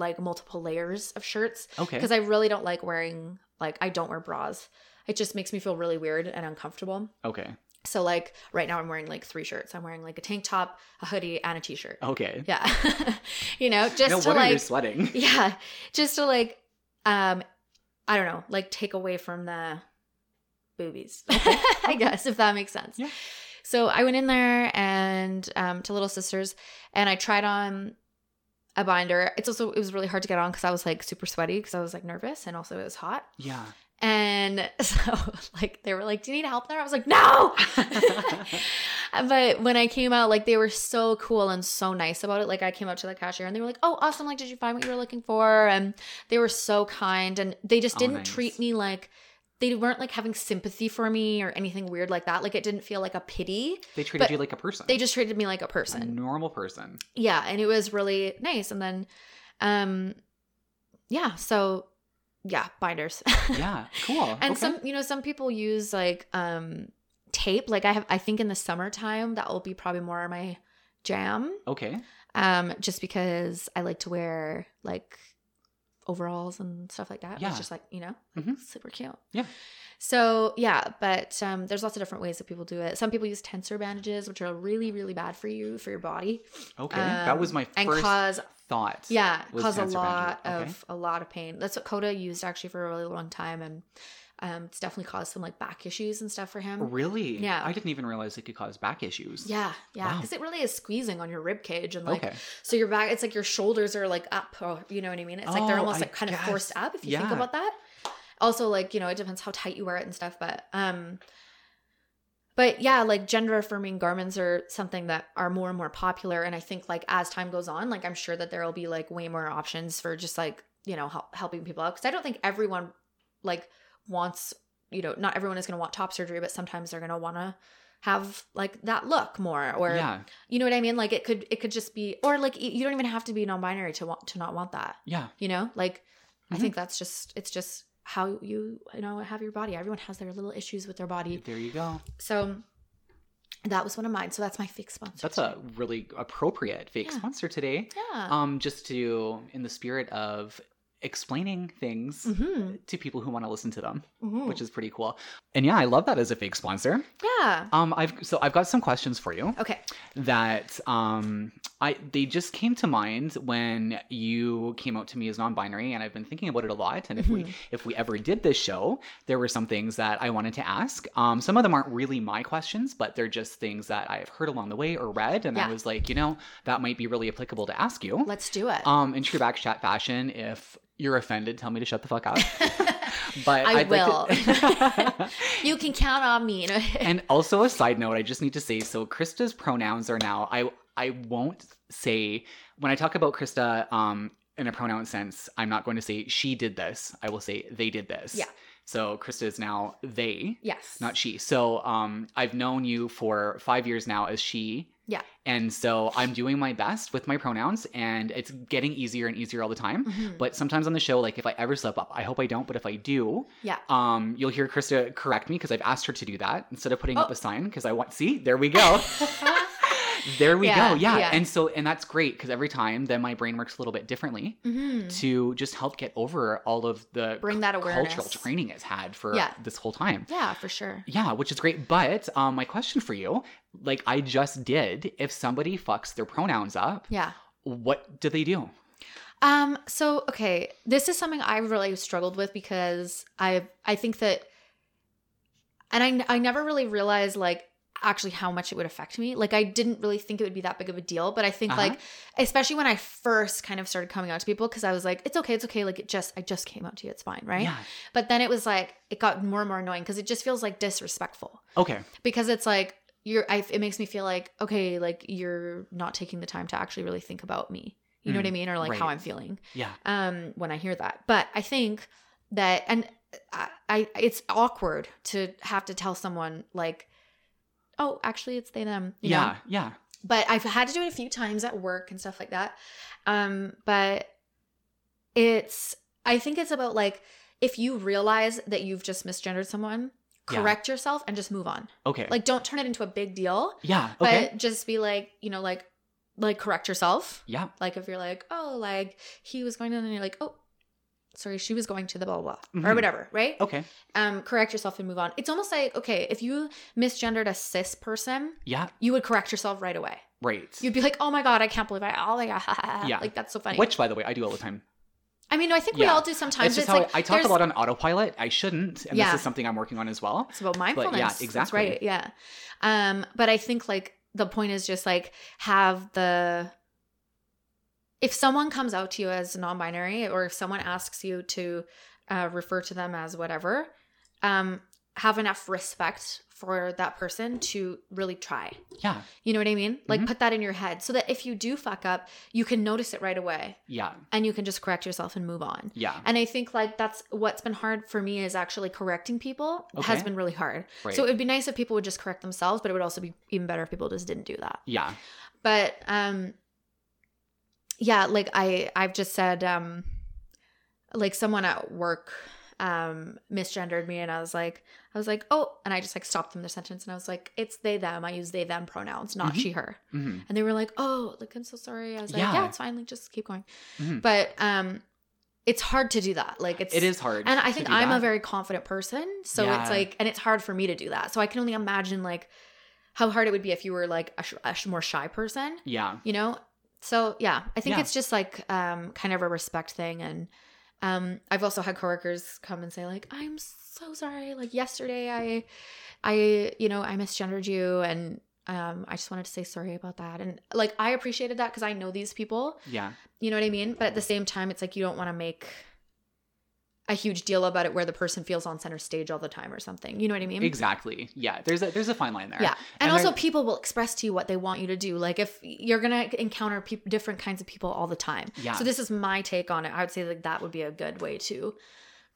Speaker 2: like multiple layers of shirts
Speaker 1: Okay.
Speaker 2: because i really don't like wearing like i don't wear bras it just makes me feel really weird and uncomfortable
Speaker 1: okay.
Speaker 2: so like right now i'm wearing like three shirts i'm wearing like a tank top a hoodie and a t-shirt
Speaker 1: Okay.
Speaker 2: yeah you know just
Speaker 1: Oh. no
Speaker 2: to
Speaker 1: wonder you're
Speaker 2: like
Speaker 1: sweating.
Speaker 2: yeah just to like um i don't know like take away from the boobies i guess if that makes sense
Speaker 1: Yeah.
Speaker 2: so i went in there and um to little sisters and i tried on a binder it's also it was really hard to get on because i was like super sweaty because i was like nervous and also it was hot
Speaker 1: Yeah.
Speaker 2: and so like they were like do you need help there i was like no but when i came out like they were so cool and so nice about it like i came out to the cashier and they were like oh awesome like did you find what you were looking for and they were so kind and they just
Speaker 1: Oh,
Speaker 2: didn't
Speaker 1: nice.
Speaker 2: treat me like they weren't like having sympathy for me or anything weird like that like it didn't feel like a pity
Speaker 1: They treated
Speaker 2: But
Speaker 1: you like a person.
Speaker 2: they just treated me like a
Speaker 1: a
Speaker 2: person
Speaker 1: normal person.
Speaker 2: yeah and it was really nice and then um yeah so yeah binders
Speaker 1: Yeah. Cool.
Speaker 2: and
Speaker 1: okay.
Speaker 2: some you know some people use like um tape like i have i think in the summertime that will be probably more my jam
Speaker 1: Okay.
Speaker 2: um just because i like to wear like overalls and stuff like that
Speaker 1: Yeah.
Speaker 2: it's just like you know
Speaker 1: Mhm.
Speaker 2: super cute
Speaker 1: Yeah.
Speaker 2: so yeah but um there's lots of different ways that people do it some people use tensor bandages which are really really bad for you for your body
Speaker 1: Okay. that
Speaker 2: um,
Speaker 1: was my
Speaker 2: and
Speaker 1: first
Speaker 2: cause
Speaker 1: thought.
Speaker 2: yeah,
Speaker 1: was
Speaker 2: cause a
Speaker 1: cancer
Speaker 2: lot
Speaker 1: bandages. Okay.
Speaker 2: of a lot of pain. That's what Coda used actually for a really long time, and um, it's definitely caused some like back issues and stuff for
Speaker 1: Oh.
Speaker 2: him.
Speaker 1: Really?
Speaker 2: Yeah.
Speaker 1: I didn't even realize it could cause back issues.
Speaker 2: Yeah, yeah,
Speaker 1: Wow.
Speaker 2: because it really is squeezing on your rib cage and like
Speaker 1: okay.
Speaker 2: so your back. It's like your shoulders are like up, or you know what I mean. It's like they're
Speaker 1: Oh,
Speaker 2: almost
Speaker 1: I
Speaker 2: like kind
Speaker 1: guess.
Speaker 2: of forced up if you think
Speaker 1: Yeah.
Speaker 2: about that. Also, like you know, it depends how tight you wear it and stuff, but um. But yeah, like gender affirming garments are something that are more and more popular. And I think like as time goes on, like I'm sure that there will be like way more options for just like, you know, help, helping people out. Cause I don't think everyone like wants, you know, not everyone is going to want top surgery, but sometimes they're going to want to have like that look more or
Speaker 1: yeah.
Speaker 2: you know what I mean? Like it could it could just be or like y- you don't even have to be non-binary to want to not want that.
Speaker 1: Yeah.
Speaker 2: You know? Like I
Speaker 1: Mhm.
Speaker 2: think that's just it's just how you you know have your body. Everyone has their little issues with their body.
Speaker 1: There you go.
Speaker 2: So that was one of mine. So that's my fake sponsor.
Speaker 1: That's a really appropriate fake
Speaker 2: Yeah.
Speaker 1: sponsor today.
Speaker 2: yeah.
Speaker 1: Um, just to in the spirit of explaining things
Speaker 2: mm-hmm.
Speaker 1: to people who want to listen to them,
Speaker 2: hmm
Speaker 1: which is pretty cool. And yeah, I love that as a fake sponsor.
Speaker 2: yeah.
Speaker 1: Um, I've so I've got some questions for you
Speaker 2: Okay.
Speaker 1: that um I they just came to mind when you came out to me as non-binary, and I've been thinking about it a lot. And if we
Speaker 2: Mhm.
Speaker 1: if we ever did this show, there were some things that I wanted to ask. Um, some of them aren't really my questions, but they're just things that I've heard along the way or read, and I
Speaker 2: Yeah.
Speaker 1: was like, you know, that might be really applicable to ask you.
Speaker 2: Let's do it.
Speaker 1: Um, in true back chat fashion, if you're offended, tell me to shut the fuck up. But
Speaker 2: I
Speaker 1: I'd like to-
Speaker 2: you can count on me. You know?
Speaker 1: and also a side note, I just need to say so Krista's pronouns are now I I won't say when I talk about Krista um in a pronoun sense, I'm not going to say she did this. I will say they did this.
Speaker 2: Yeah.
Speaker 1: So Krista is now they,
Speaker 2: yes.
Speaker 1: not she. So um I've known you for 5 years now as she.
Speaker 2: Yeah.
Speaker 1: And so I'm doing my best with my pronouns and it's getting easier and easier all the time.
Speaker 2: Mhm.
Speaker 1: But sometimes on the show, like if I ever slip up, I hope I don't. But if I do,
Speaker 2: Yeah.
Speaker 1: um, you'll hear Krista correct me because I've asked her to do that instead of putting up
Speaker 2: Oh.
Speaker 1: a sign because I want. See, there we go. there we
Speaker 2: Yeah,
Speaker 1: go. Yeah.
Speaker 2: yeah.
Speaker 1: and so and that's great because every time then my brain works a little bit differently
Speaker 2: Mhm.
Speaker 1: to just help get over all of the
Speaker 2: Bring that awareness.
Speaker 1: cultural training it's had for
Speaker 2: Yeah.
Speaker 1: this whole time.
Speaker 2: Yeah, for sure.
Speaker 1: Yeah, which is great. But um, my question for you, like I just did, if somebody fucks their pronouns up,
Speaker 2: Yeah.
Speaker 1: what do they do?
Speaker 2: Um, so okay, this is something I've really struggled with because I I think that and I I never really realized like actually how much it would affect me. Like I didn't really think it would be that big of a deal, but I think
Speaker 1: Uh-huh.
Speaker 2: like especially when I first kind of started coming out to people cuz I was like it's okay, it's okay, like it just I just came out to you, it's fine, right?
Speaker 1: Yeah.
Speaker 2: But then it was like it got more and more annoying cuz it just feels like disrespectful
Speaker 1: Okay.
Speaker 2: because it's like you're I, it makes me feel like okay, like you're not taking the time to actually really think about me. You know
Speaker 1: Mm,
Speaker 2: what I mean or like how
Speaker 1: right.
Speaker 2: I'm feeling
Speaker 1: Yeah.
Speaker 2: um, when I hear that. But I think that, and I, I, it's awkward to have to tell someone like, oh, actually, it's they them. you know?
Speaker 1: yeah, yeah.
Speaker 2: but I've had to do it a few times at work and stuff like that. Um, but it's I think it's about like if you realize that you've just misgendered someone,
Speaker 1: Yeah.
Speaker 2: correct yourself and just move on.
Speaker 1: Okay.
Speaker 2: Like don't turn it into a big deal,
Speaker 1: yeah.
Speaker 2: but
Speaker 1: Okay.
Speaker 2: just be like, you know, like like correct yourself.
Speaker 1: yeah.
Speaker 2: Like if you're like, oh, like he was going to, and you're like, oh, sorry, she was going to the blah blah, blah or
Speaker 1: Mhm.
Speaker 2: whatever, right?
Speaker 1: Okay.
Speaker 2: Um, correct yourself and move on. It's almost like okay, if you misgendered a cis person,
Speaker 1: Yeah.
Speaker 2: you would correct yourself right away.
Speaker 1: Right.
Speaker 2: You'd be like, oh my god, I can't believe I oh my god,
Speaker 1: Yeah.
Speaker 2: like that's so funny.
Speaker 1: Which, by the way, I do all the time.
Speaker 2: I mean, I think we
Speaker 1: Yeah.
Speaker 2: all do sometimes.
Speaker 1: It's just
Speaker 2: It's,
Speaker 1: how
Speaker 2: like
Speaker 1: I, I talk
Speaker 2: there's-
Speaker 1: a lot on autopilot. I shouldn't, and
Speaker 2: Yeah.
Speaker 1: this is something I'm working on as well.
Speaker 2: It's about mindfulness. That's
Speaker 1: exactly.
Speaker 2: right. Yeah. Um, but I think like the point is just like have the if someone comes out to you as non-binary or if someone asks you to uh, refer to them as whatever, um, have enough respect for that person to really try.
Speaker 1: Yeah.
Speaker 2: You know what I mean? Like
Speaker 1: Mhm.
Speaker 2: put that in your head so that if you do fuck up, you can notice it right away
Speaker 1: Yeah.
Speaker 2: and you can just correct yourself and move on.
Speaker 1: Yeah.
Speaker 2: And I think like that's what's been hard for me is actually correcting people has
Speaker 1: Okay.
Speaker 2: been really hard.
Speaker 1: Right.
Speaker 2: So it would be nice if people would just correct themselves, but it would also be even better if people just didn't do that.
Speaker 1: yeah.
Speaker 2: But um yeah, like I I've just said um like someone at work um misgendered me and I was like I was like, "Oh," and I just like stopped them their sentence and I was like, "It's they them. I use they them pronouns, not
Speaker 1: Mhm.
Speaker 2: she her."
Speaker 1: hmm
Speaker 2: And they were like, "Oh, like I'm so sorry." I was like, "Yeah,
Speaker 1: Yeah.
Speaker 2: it's fine. Like just keep going."
Speaker 1: Mhm.
Speaker 2: But um it's hard to do that. Like it's
Speaker 1: It is hard.
Speaker 2: and I
Speaker 1: to
Speaker 2: think
Speaker 1: do
Speaker 2: I'm a
Speaker 1: that.
Speaker 2: very confident person, so it's
Speaker 1: Yeah.
Speaker 2: like and it's hard for me to do that. So I can only imagine like how hard it would be if you were like a, sh- a sh- more shy person,
Speaker 1: yeah.
Speaker 2: you know? So yeah, I think
Speaker 1: Yeah.
Speaker 2: it's just like um kind of a respect thing and um I've also had coworkers come and say like I'm so sorry like yesterday I I you know I misgendered you and um I just wanted to say sorry about that and like I appreciated that cuz I know these people
Speaker 1: Yeah.
Speaker 2: you know what I mean? But at the same time, it's like you don't want to make a huge deal about it where the person feels on center stage all the time or something. You know what I mean?
Speaker 1: Exactly. Yeah. There's a there's a fine line there.
Speaker 2: Yeah. And,
Speaker 1: And
Speaker 2: also,
Speaker 1: I-
Speaker 2: people will express to you what they want you to do. Like, if you're going to encounter peop different kinds of people all the time.
Speaker 1: Yeah.
Speaker 2: So, this is my take on it. I would say like that would be a good way to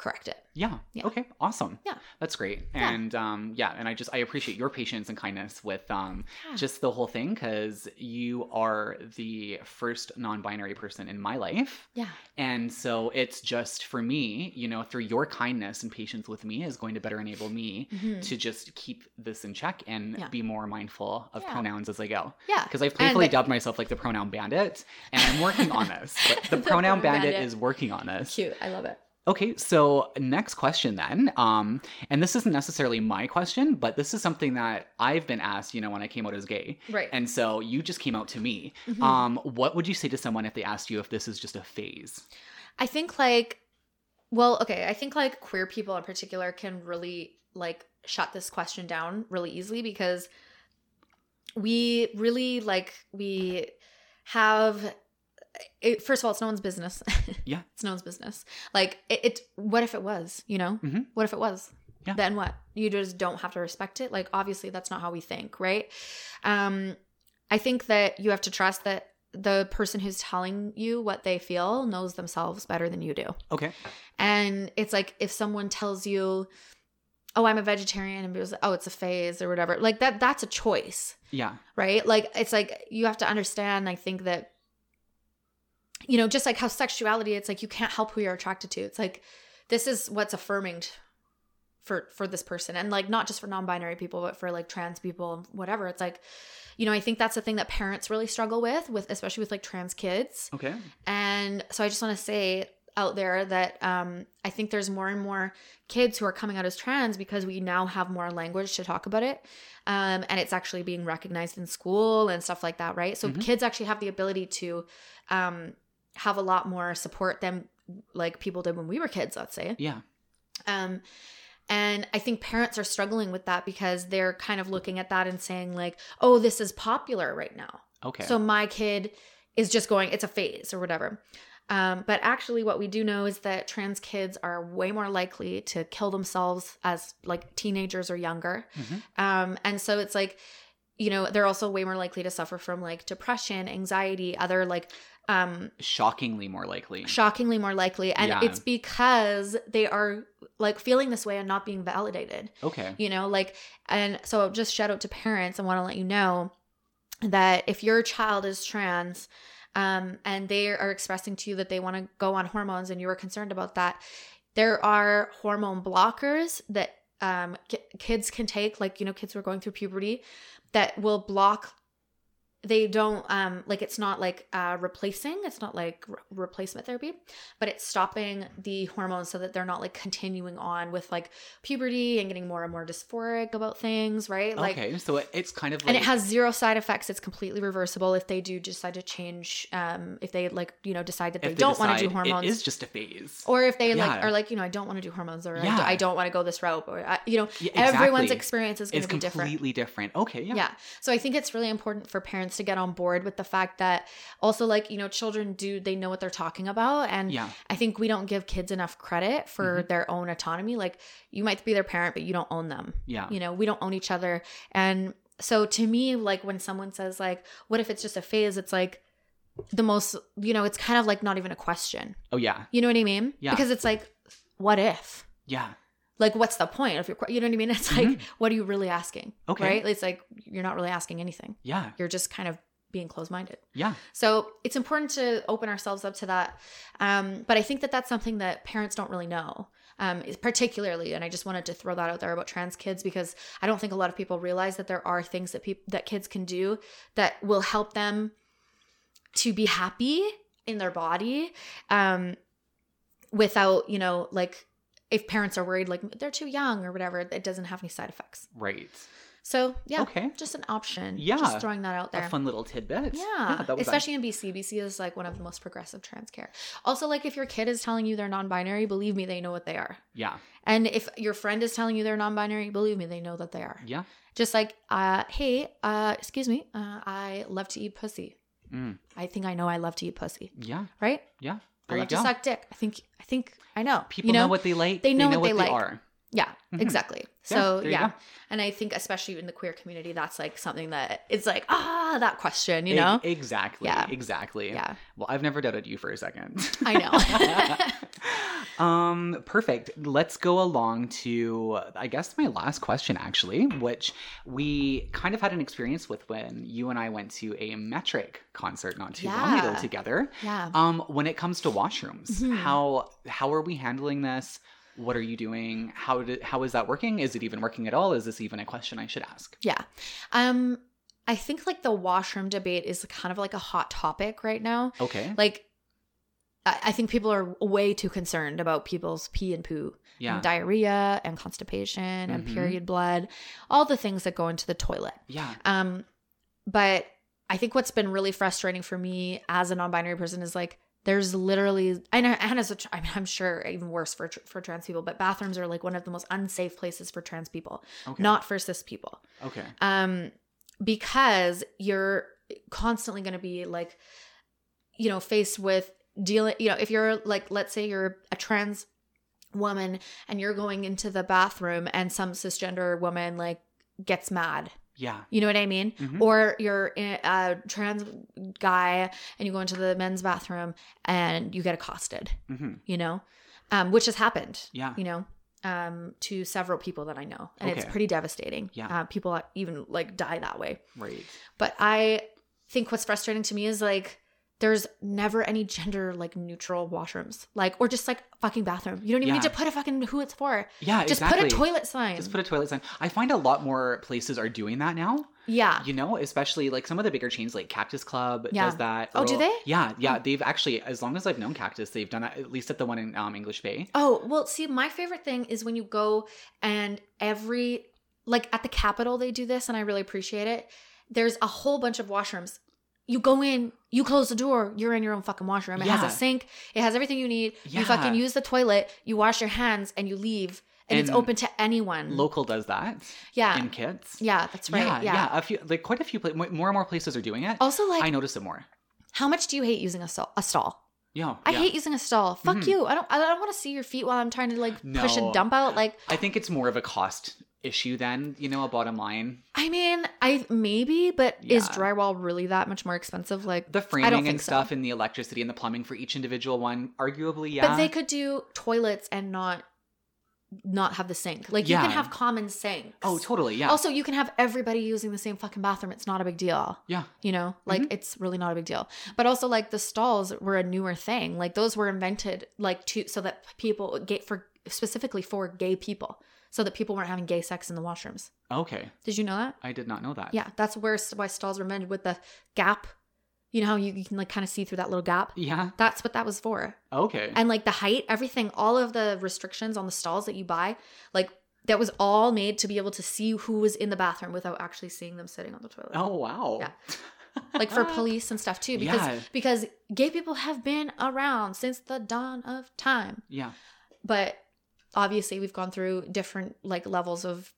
Speaker 2: correct it.
Speaker 1: Yeah.
Speaker 2: Yeah.
Speaker 1: Okay. Awesome.
Speaker 2: Yeah.
Speaker 1: That's great.
Speaker 2: Yeah.
Speaker 1: And um yeah, and I just I appreciate your patience and kindness with um
Speaker 2: Yeah.
Speaker 1: just the whole thing cuz you are the first non-binary person in my life.
Speaker 2: Yeah.
Speaker 1: And so it's just for me, you know, through your kindness and patience with me is going to better enable me
Speaker 2: Mhm.
Speaker 1: to just keep this in check and
Speaker 2: Yeah.
Speaker 1: be more mindful of
Speaker 2: Yeah.
Speaker 1: pronouns as I go.
Speaker 2: Yeah.
Speaker 1: Because I've playfully
Speaker 2: that-
Speaker 1: dubbed myself like the pronoun bandit, and I'm working on this. But the,
Speaker 2: The pronoun
Speaker 1: pronoun bandit,
Speaker 2: bandit.
Speaker 1: is working on this.
Speaker 2: Cute. I love it.
Speaker 1: Okay, so next question then. Um, and this isn't necessarily my question, but this is something that I've been asked, you know, when I came out as gay.
Speaker 2: Right.
Speaker 1: And so you just came out to me.
Speaker 2: Mhm.
Speaker 1: Um, what would you say to someone if they asked you if this is just a phase?
Speaker 2: I think like well, okay, I think like queer people in particular can really like shut this question down really easily because we really like we have it, first of all, it's no one's business.
Speaker 1: Yeah.
Speaker 2: it's no one's business. Like it, it what if it was, you know?
Speaker 1: Mhm.
Speaker 2: What if it was?
Speaker 1: Yeah.
Speaker 2: Then what? You just don't have to respect it. Like obviously that's not how we think, right? Um I think that you have to trust that the person who's telling you what they feel knows themselves better than you do.
Speaker 1: Okay.
Speaker 2: And it's like if someone tells you, "Oh, I'm a vegetarian," and it was, "Oh, it's a phase" or whatever. Like that that's a choice,
Speaker 1: Yeah.
Speaker 2: right? Like it's like you have to understand I think that you know, just like how sexuality, it's like you can't help who you're attracted to. It's like this is what's affirming t- for for this person and like not just for non-binary people but for like trans people and whatever. It's like you know, I think that's the thing that parents really struggle with with especially with like trans kids.
Speaker 1: Okay.
Speaker 2: And so I just want to say out there that um, I think there's more and more kids who are coming out as trans because we now have more language to talk about it. Um, and it's actually being recognized in school and stuff like that, right? So
Speaker 1: Mhm.
Speaker 2: kids actually have the ability to um, have a lot more support than like people did when we were kids, let's say.
Speaker 1: Yeah.
Speaker 2: Um, and I think parents are struggling with that because they're kind of looking at that and saying, like, oh, this is popular right now.
Speaker 1: Okay.
Speaker 2: So my kid is just going, it's a phase or whatever. Um, but actually, what we do know is that trans kids are way more likely to kill themselves as like teenagers or younger.
Speaker 1: Mhm.
Speaker 2: Um, and so it's like, you know they're also way more likely to suffer from like depression anxiety other like um
Speaker 1: Shockingly more likely.
Speaker 2: shockingly more likely and
Speaker 1: Yeah.
Speaker 2: it's because they are like feeling this way and not being validated
Speaker 1: okay.
Speaker 2: you know like and so just shout out to parents i want to let you know that if your child is trans um, and they are expressing to you that they want to go on hormones and you are concerned about that there are hormone blockers that um, ki- kids can take like you know kids who are going through puberty that will block they don't um like it's not like uh replacing it's not like re- replacement therapy but it's stopping the hormones so that they're not like continuing on with like puberty and getting more and more dysphoric about things right like
Speaker 1: okay. So it, it's kind of like
Speaker 2: and it has zero side effects it's completely reversible if they do decide to change um if they like you know decide that
Speaker 1: if
Speaker 2: they, don't want to do
Speaker 1: decide
Speaker 2: hormones
Speaker 1: It is just a phase.
Speaker 2: or if they like
Speaker 1: Yeah.
Speaker 2: are like you know i don't want to do hormones or I d-
Speaker 1: Yeah.
Speaker 2: I, don't want to go this route or I, you know
Speaker 1: Yeah,
Speaker 2: everyone's
Speaker 1: exactly.
Speaker 2: experience is going
Speaker 1: it's
Speaker 2: to be different
Speaker 1: completely different. Okay.
Speaker 2: yeah.
Speaker 1: Yeah.
Speaker 2: So I think it's really important for parents to get on board with the fact that also like, you know, children do they know what they're talking about and
Speaker 1: Yeah. Mm-hmm.
Speaker 2: I think we don't give kids enough credit for their own autonomy. Like you might be their parent but you don't own them.
Speaker 1: Yeah.
Speaker 2: You know, we don't own each other and so to me like when someone says like what if it's just a phase it's like the most you know, it's kind of like not even a question.
Speaker 1: Oh yeah.
Speaker 2: You know what I mean?
Speaker 1: Yeah.
Speaker 2: Because it's like what if?
Speaker 1: Yeah. Mm-hmm.
Speaker 2: like what's the point of your que- you know what i mean it's like what are you really asking
Speaker 1: Okay.
Speaker 2: right it's like you're not really asking anything
Speaker 1: Yeah.
Speaker 2: you're just kind of being closed-minded
Speaker 1: Yeah.
Speaker 2: so it's important to open ourselves up to that um, but i think that that's something that parents don't really know um, is- particularly and i just wanted to throw that out there about trans kids because i don't think a lot of people realize that there are things that people that kids can do that will help them to be happy in their body um, without you know like if parents are worried like they're too young or whatever it doesn't have any side effects
Speaker 1: Right.
Speaker 2: so yeah
Speaker 1: Okay.
Speaker 2: just an option
Speaker 1: Yeah.
Speaker 2: just throwing that out there
Speaker 1: A fun little tidbit.
Speaker 2: yeah,
Speaker 1: that was a-
Speaker 2: especially in BC. BC is like one of the most progressive trans care. Also, like if your kid is telling you they're non-binary, believe me, they know what they are.
Speaker 1: yeah.
Speaker 2: And if your friend is telling you they're non-binary, believe me, they know that they are.
Speaker 1: Yeah.
Speaker 2: Just like, uh, hey, uh, excuse me, uh, I love to eat pussy.
Speaker 1: Mm.
Speaker 2: I think I know I love to eat pussy,
Speaker 1: Yeah.
Speaker 2: right?
Speaker 1: Yeah.
Speaker 2: I
Speaker 1: There you
Speaker 2: love to
Speaker 1: go.
Speaker 2: suck dick. I think, I think I know.
Speaker 1: People
Speaker 2: you know,
Speaker 1: know what they like.
Speaker 2: they know what they like.
Speaker 1: are.
Speaker 2: Yeah,
Speaker 1: Mhm.
Speaker 2: exactly.
Speaker 1: Yeah,
Speaker 2: So
Speaker 1: there you
Speaker 2: yeah,
Speaker 1: go.
Speaker 2: and I think especially in the queer community, that's like something that it's like ah that question, you
Speaker 1: E-
Speaker 2: know?
Speaker 1: exactly.
Speaker 2: Yeah.
Speaker 1: Exactly.
Speaker 2: yeah,
Speaker 1: Well, I've never doubted you for a second.
Speaker 2: I know.
Speaker 1: um perfect let's go along to i guess my last question actually which we kind of had an experience with when you and i went to a metric concert not too long
Speaker 2: Yeah.
Speaker 1: ago together
Speaker 2: yeah.
Speaker 1: um when it comes to washrooms
Speaker 2: Mhm.
Speaker 1: how how are we handling this what are you doing how did how is that working is it even working at all is this even a question i should ask
Speaker 2: Yeah. Um I think like the washroom debate is kind of like a hot topic right now.
Speaker 1: okay
Speaker 2: Like I I think people are way too concerned about people's pee and poo,
Speaker 1: yeah
Speaker 2: and diarrhea, and constipation, and
Speaker 1: Mhm.
Speaker 2: period blood, all the things that go into the toilet.
Speaker 1: yeah
Speaker 2: Um, but I think what's been really frustrating for me as a non-binary person is like there's literally and and as a tr- I mean, I'm sure even worse for tr- for trans people, but bathrooms are like one of the most unsafe places for trans people,
Speaker 1: okay
Speaker 2: not for cis people
Speaker 1: okay
Speaker 2: um because you're constantly going to be like you know faced with dealing you know if you're like let's say you're a trans woman and you're going into the bathroom and some cisgender woman like gets mad
Speaker 1: yeah
Speaker 2: you know what i mean
Speaker 1: Mhm.
Speaker 2: or you're a a trans guy and you go into the men's bathroom and you get accosted
Speaker 1: Mhm.
Speaker 2: you know um which has happened
Speaker 1: yeah
Speaker 2: you know um to several people that i know and it's
Speaker 1: Okay.
Speaker 2: pretty devastating
Speaker 1: Yeah.
Speaker 2: uh, people even like die that way
Speaker 1: right
Speaker 2: but i think what's frustrating to me is like there's never any gender like neutral washrooms like or just like fucking bathroom you don't even need to
Speaker 1: Yeah.
Speaker 2: put a fucking who it's for
Speaker 1: yeah
Speaker 2: just
Speaker 1: exactly
Speaker 2: put a toilet sign
Speaker 1: just put a toilet sign. I find a lot more places are doing that now.
Speaker 2: yeah
Speaker 1: You know, especially like some of the bigger chains, like Cactus Club
Speaker 2: Ah. Yeah.
Speaker 1: does that.
Speaker 2: Oh, do they?
Speaker 1: Yeah, yeah. They've actually, as long as I've known Cactus, they've done that. At least at the one in um, English Bay.
Speaker 2: oh well see my favorite thing is when you go and every like at the capitol they do this and i really appreciate it there's a whole bunch of washrooms you go in you close the door you're in your own fucking washroom it
Speaker 1: Yeah.
Speaker 2: has a sink it has everything you need you
Speaker 1: Yeah.
Speaker 2: fucking use the toilet you wash your hands and you leave and, it's
Speaker 1: And
Speaker 2: open to anyone
Speaker 1: Local does that
Speaker 2: yeah
Speaker 1: in Kits.
Speaker 2: Mm. Ah. Yeah, that's right. Yeah.
Speaker 1: yeah, A few, like quite a few, pla- more and more places are doing it.
Speaker 2: Also, like,
Speaker 1: I notice it more.
Speaker 2: how much do you hate using a, stall? a stall?
Speaker 1: Yeah,
Speaker 2: I
Speaker 1: yeah.
Speaker 2: hate using a stall. Fuck
Speaker 1: Mhm.
Speaker 2: you. I don't. I don't want to see your feet while I'm trying to like push a
Speaker 1: No.
Speaker 2: dump out. Like,
Speaker 1: I think it's more of a cost issue then, you know, a bottom line.
Speaker 2: I mean, I maybe, but is
Speaker 1: Yeah.
Speaker 2: drywall really that much more expensive? Like,
Speaker 1: The framing
Speaker 2: think
Speaker 1: and
Speaker 2: so.
Speaker 1: stuff and the electricity and the plumbing for each individual one, arguably, yeah.
Speaker 2: but they could do toilets and not not have the sink. Like, you
Speaker 1: Yeah.
Speaker 2: can have common sinks.
Speaker 1: oh, totally, yeah.
Speaker 2: Also, you can have everybody using the same fucking bathroom. It's not a big deal.
Speaker 1: Yeah. Mm-hmm.
Speaker 2: You know, like it's really not a big deal. But also, like the stalls were a newer thing. Like those were invented like to so that people gay for specifically for gay people, so that people weren't having gay sex in the washrooms.
Speaker 1: okay,
Speaker 2: Did you know that?
Speaker 1: I did not know that.
Speaker 2: Yeah, that's where s- why stalls were invented with the gap. You know how you, you can like kind of see through that little gap.
Speaker 1: Yeah.
Speaker 2: That's what that was for.
Speaker 1: Okay.
Speaker 2: And like the height, everything, all of the restrictions on the stalls that you buy, like that was all made to be able to see who was in the bathroom without actually seeing them sitting on the toilet.
Speaker 1: oh wow. Uh,
Speaker 2: Yeah. Like for police and stuff too, because
Speaker 1: Yeah.
Speaker 2: because gay people have been around since the dawn of time.
Speaker 1: Yeah.
Speaker 2: But obviously, we've gone through different like levels of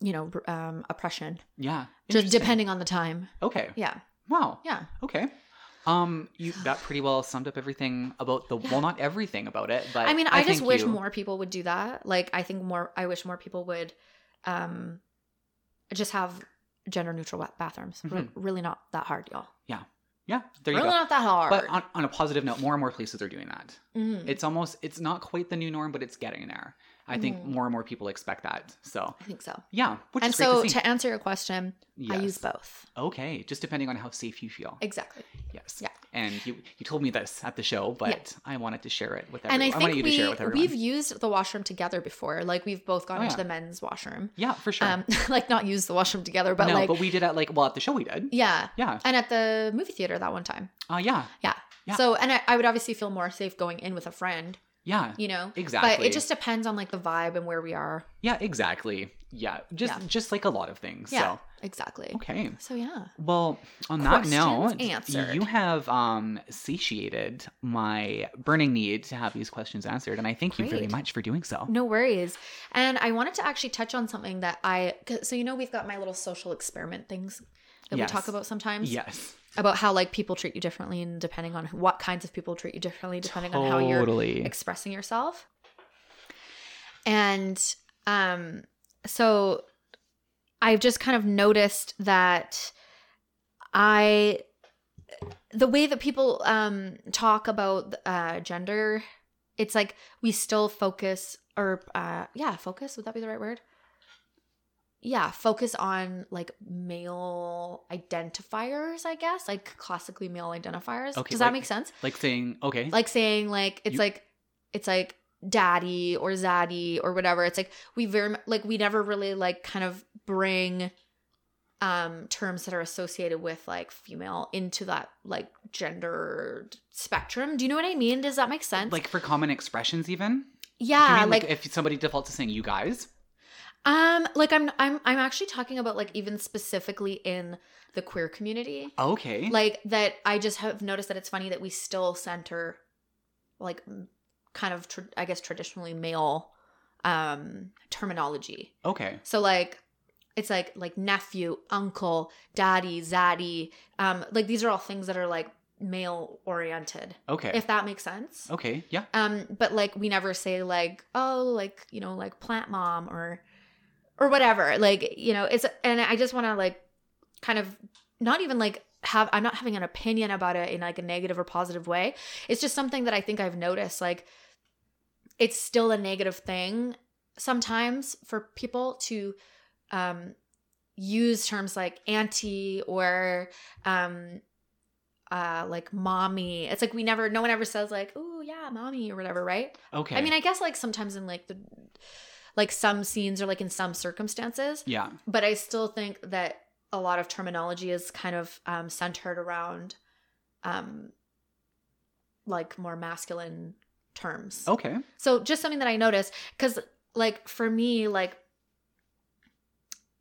Speaker 2: you know r- um, oppression,
Speaker 1: Yeah.
Speaker 2: just
Speaker 1: Interesting.
Speaker 2: depending on the time.
Speaker 1: Okay.
Speaker 2: Yeah,
Speaker 1: Wow.
Speaker 2: yeah.
Speaker 1: Okay. Um, you that pretty well summed up everything about the
Speaker 2: Yeah.
Speaker 1: well, not everything about it, but
Speaker 2: I mean, I, just
Speaker 1: think
Speaker 2: wish
Speaker 1: you-
Speaker 2: more people would do that. Like, I think more, I wish more people would um, just have gender neutral wa- bathrooms. Re-
Speaker 1: Mhm.
Speaker 2: really not that hard, y'all.
Speaker 1: Yeah, there you
Speaker 2: Really
Speaker 1: go.
Speaker 2: not that hard.
Speaker 1: But on, on a positive note, more and more places are doing that.
Speaker 2: Mhm.
Speaker 1: It's almost it's not quite the new norm, but it's getting there. I think
Speaker 2: Mhm.
Speaker 1: more and more people expect that. So
Speaker 2: I think so.
Speaker 1: yeah, which
Speaker 2: And
Speaker 1: is great
Speaker 2: so,
Speaker 1: to
Speaker 2: to,
Speaker 1: see.
Speaker 2: answer your question, I
Speaker 1: Yes.
Speaker 2: use both.
Speaker 1: Okay, just depending on how safe you feel.
Speaker 2: Exactly.
Speaker 1: Yes.
Speaker 2: Yeah.
Speaker 1: And you you told me this at the show, but I wanted to share it with everyone.
Speaker 2: and I
Speaker 1: I, wanted you
Speaker 2: think
Speaker 1: to share it
Speaker 2: we,
Speaker 1: with everyone.
Speaker 2: we've used the washroom together before. Like, we've both gone
Speaker 1: Oh,
Speaker 2: into
Speaker 1: yeah.
Speaker 2: the men's washroom.
Speaker 1: yeah, for sure.
Speaker 2: Um, like, not used the washroom together, but
Speaker 1: no,
Speaker 2: like,
Speaker 1: but we did at like well at the show we did.
Speaker 2: yeah.
Speaker 1: Yeah.
Speaker 2: And at the movie theater that one time.
Speaker 1: Uh yeah. Yeah.
Speaker 2: So, and I, I would obviously feel more safe going in with a friend,
Speaker 1: Yeah.
Speaker 2: you know?
Speaker 1: Exactly.
Speaker 2: But it just depends on like the vibe and where we are.
Speaker 1: Yeah, exactly. Yeah. Just
Speaker 2: Yeah.
Speaker 1: just like a lot of things.
Speaker 2: Yeah,
Speaker 1: So
Speaker 2: exactly.
Speaker 1: okay.
Speaker 2: So yeah,
Speaker 1: Well, on that
Speaker 2: Questions
Speaker 1: note,
Speaker 2: answered.
Speaker 1: you have um, satiated my burning need to have these questions answered, and I thank you very
Speaker 2: Great.
Speaker 1: much for doing so.
Speaker 2: no worries. And I wanted to actually touch on something that I. 'cause- So you know, we've got my little social experiment things that
Speaker 1: Yes.
Speaker 2: we talk about sometimes
Speaker 1: Yes,
Speaker 2: about how like people treat you differently and depending on who- what kinds of people treat you differently depending on how you're
Speaker 1: totally.
Speaker 2: expressing yourself. And um so I've just kind of noticed that I the way that people um talk about uh gender it's like we still focus or uh yeah, focus would that be the right word? Yeah, focus on like male identifiers, I guess, like classically male identifiers.
Speaker 1: Okay,
Speaker 2: Does that
Speaker 1: like-
Speaker 2: make sense?
Speaker 1: like saying okay,
Speaker 2: like saying like it's
Speaker 1: You-
Speaker 2: like it's like daddy or zaddy or whatever it's like we very mu- like we never really like kind of bring um terms that are associated with like female into that like gendered spectrum do you know what i mean does that make sense
Speaker 1: like for common expressions, even. Do you
Speaker 2: yeah
Speaker 1: mean,
Speaker 2: like,
Speaker 1: like, if somebody defaults to saying you guys?
Speaker 2: um like i'm i'm i'm actually talking about like even specifically in the queer community
Speaker 1: Okay,
Speaker 2: like that i just have noticed that it's funny that we still center like m- kind of tr i guess traditionally male um terminology
Speaker 1: okay,
Speaker 2: so like it's like like nephew uncle daddy zaddy um like these are all things that are like male oriented
Speaker 1: okay,
Speaker 2: if that makes sense
Speaker 1: okay, yeah,
Speaker 2: um but like we never say like oh like you know like plant mom or or whatever like you know it's and i just want to like kind of not even like have i'm not having an opinion about it in like a negative or positive way it's just something that i think i've noticed like it's still a negative thing sometimes for people to um use terms like auntie or um uh like mommy it's like we never no one ever says like oh yeah mommy or whatever right
Speaker 1: okay.
Speaker 2: i mean i guess like sometimes in like the like some scenes or like in some circumstances
Speaker 1: yeah,
Speaker 2: but i still think that a lot of terminology is kind of um centered around um like more masculine terms
Speaker 1: okay,
Speaker 2: so just something that I noticed cuz like for me like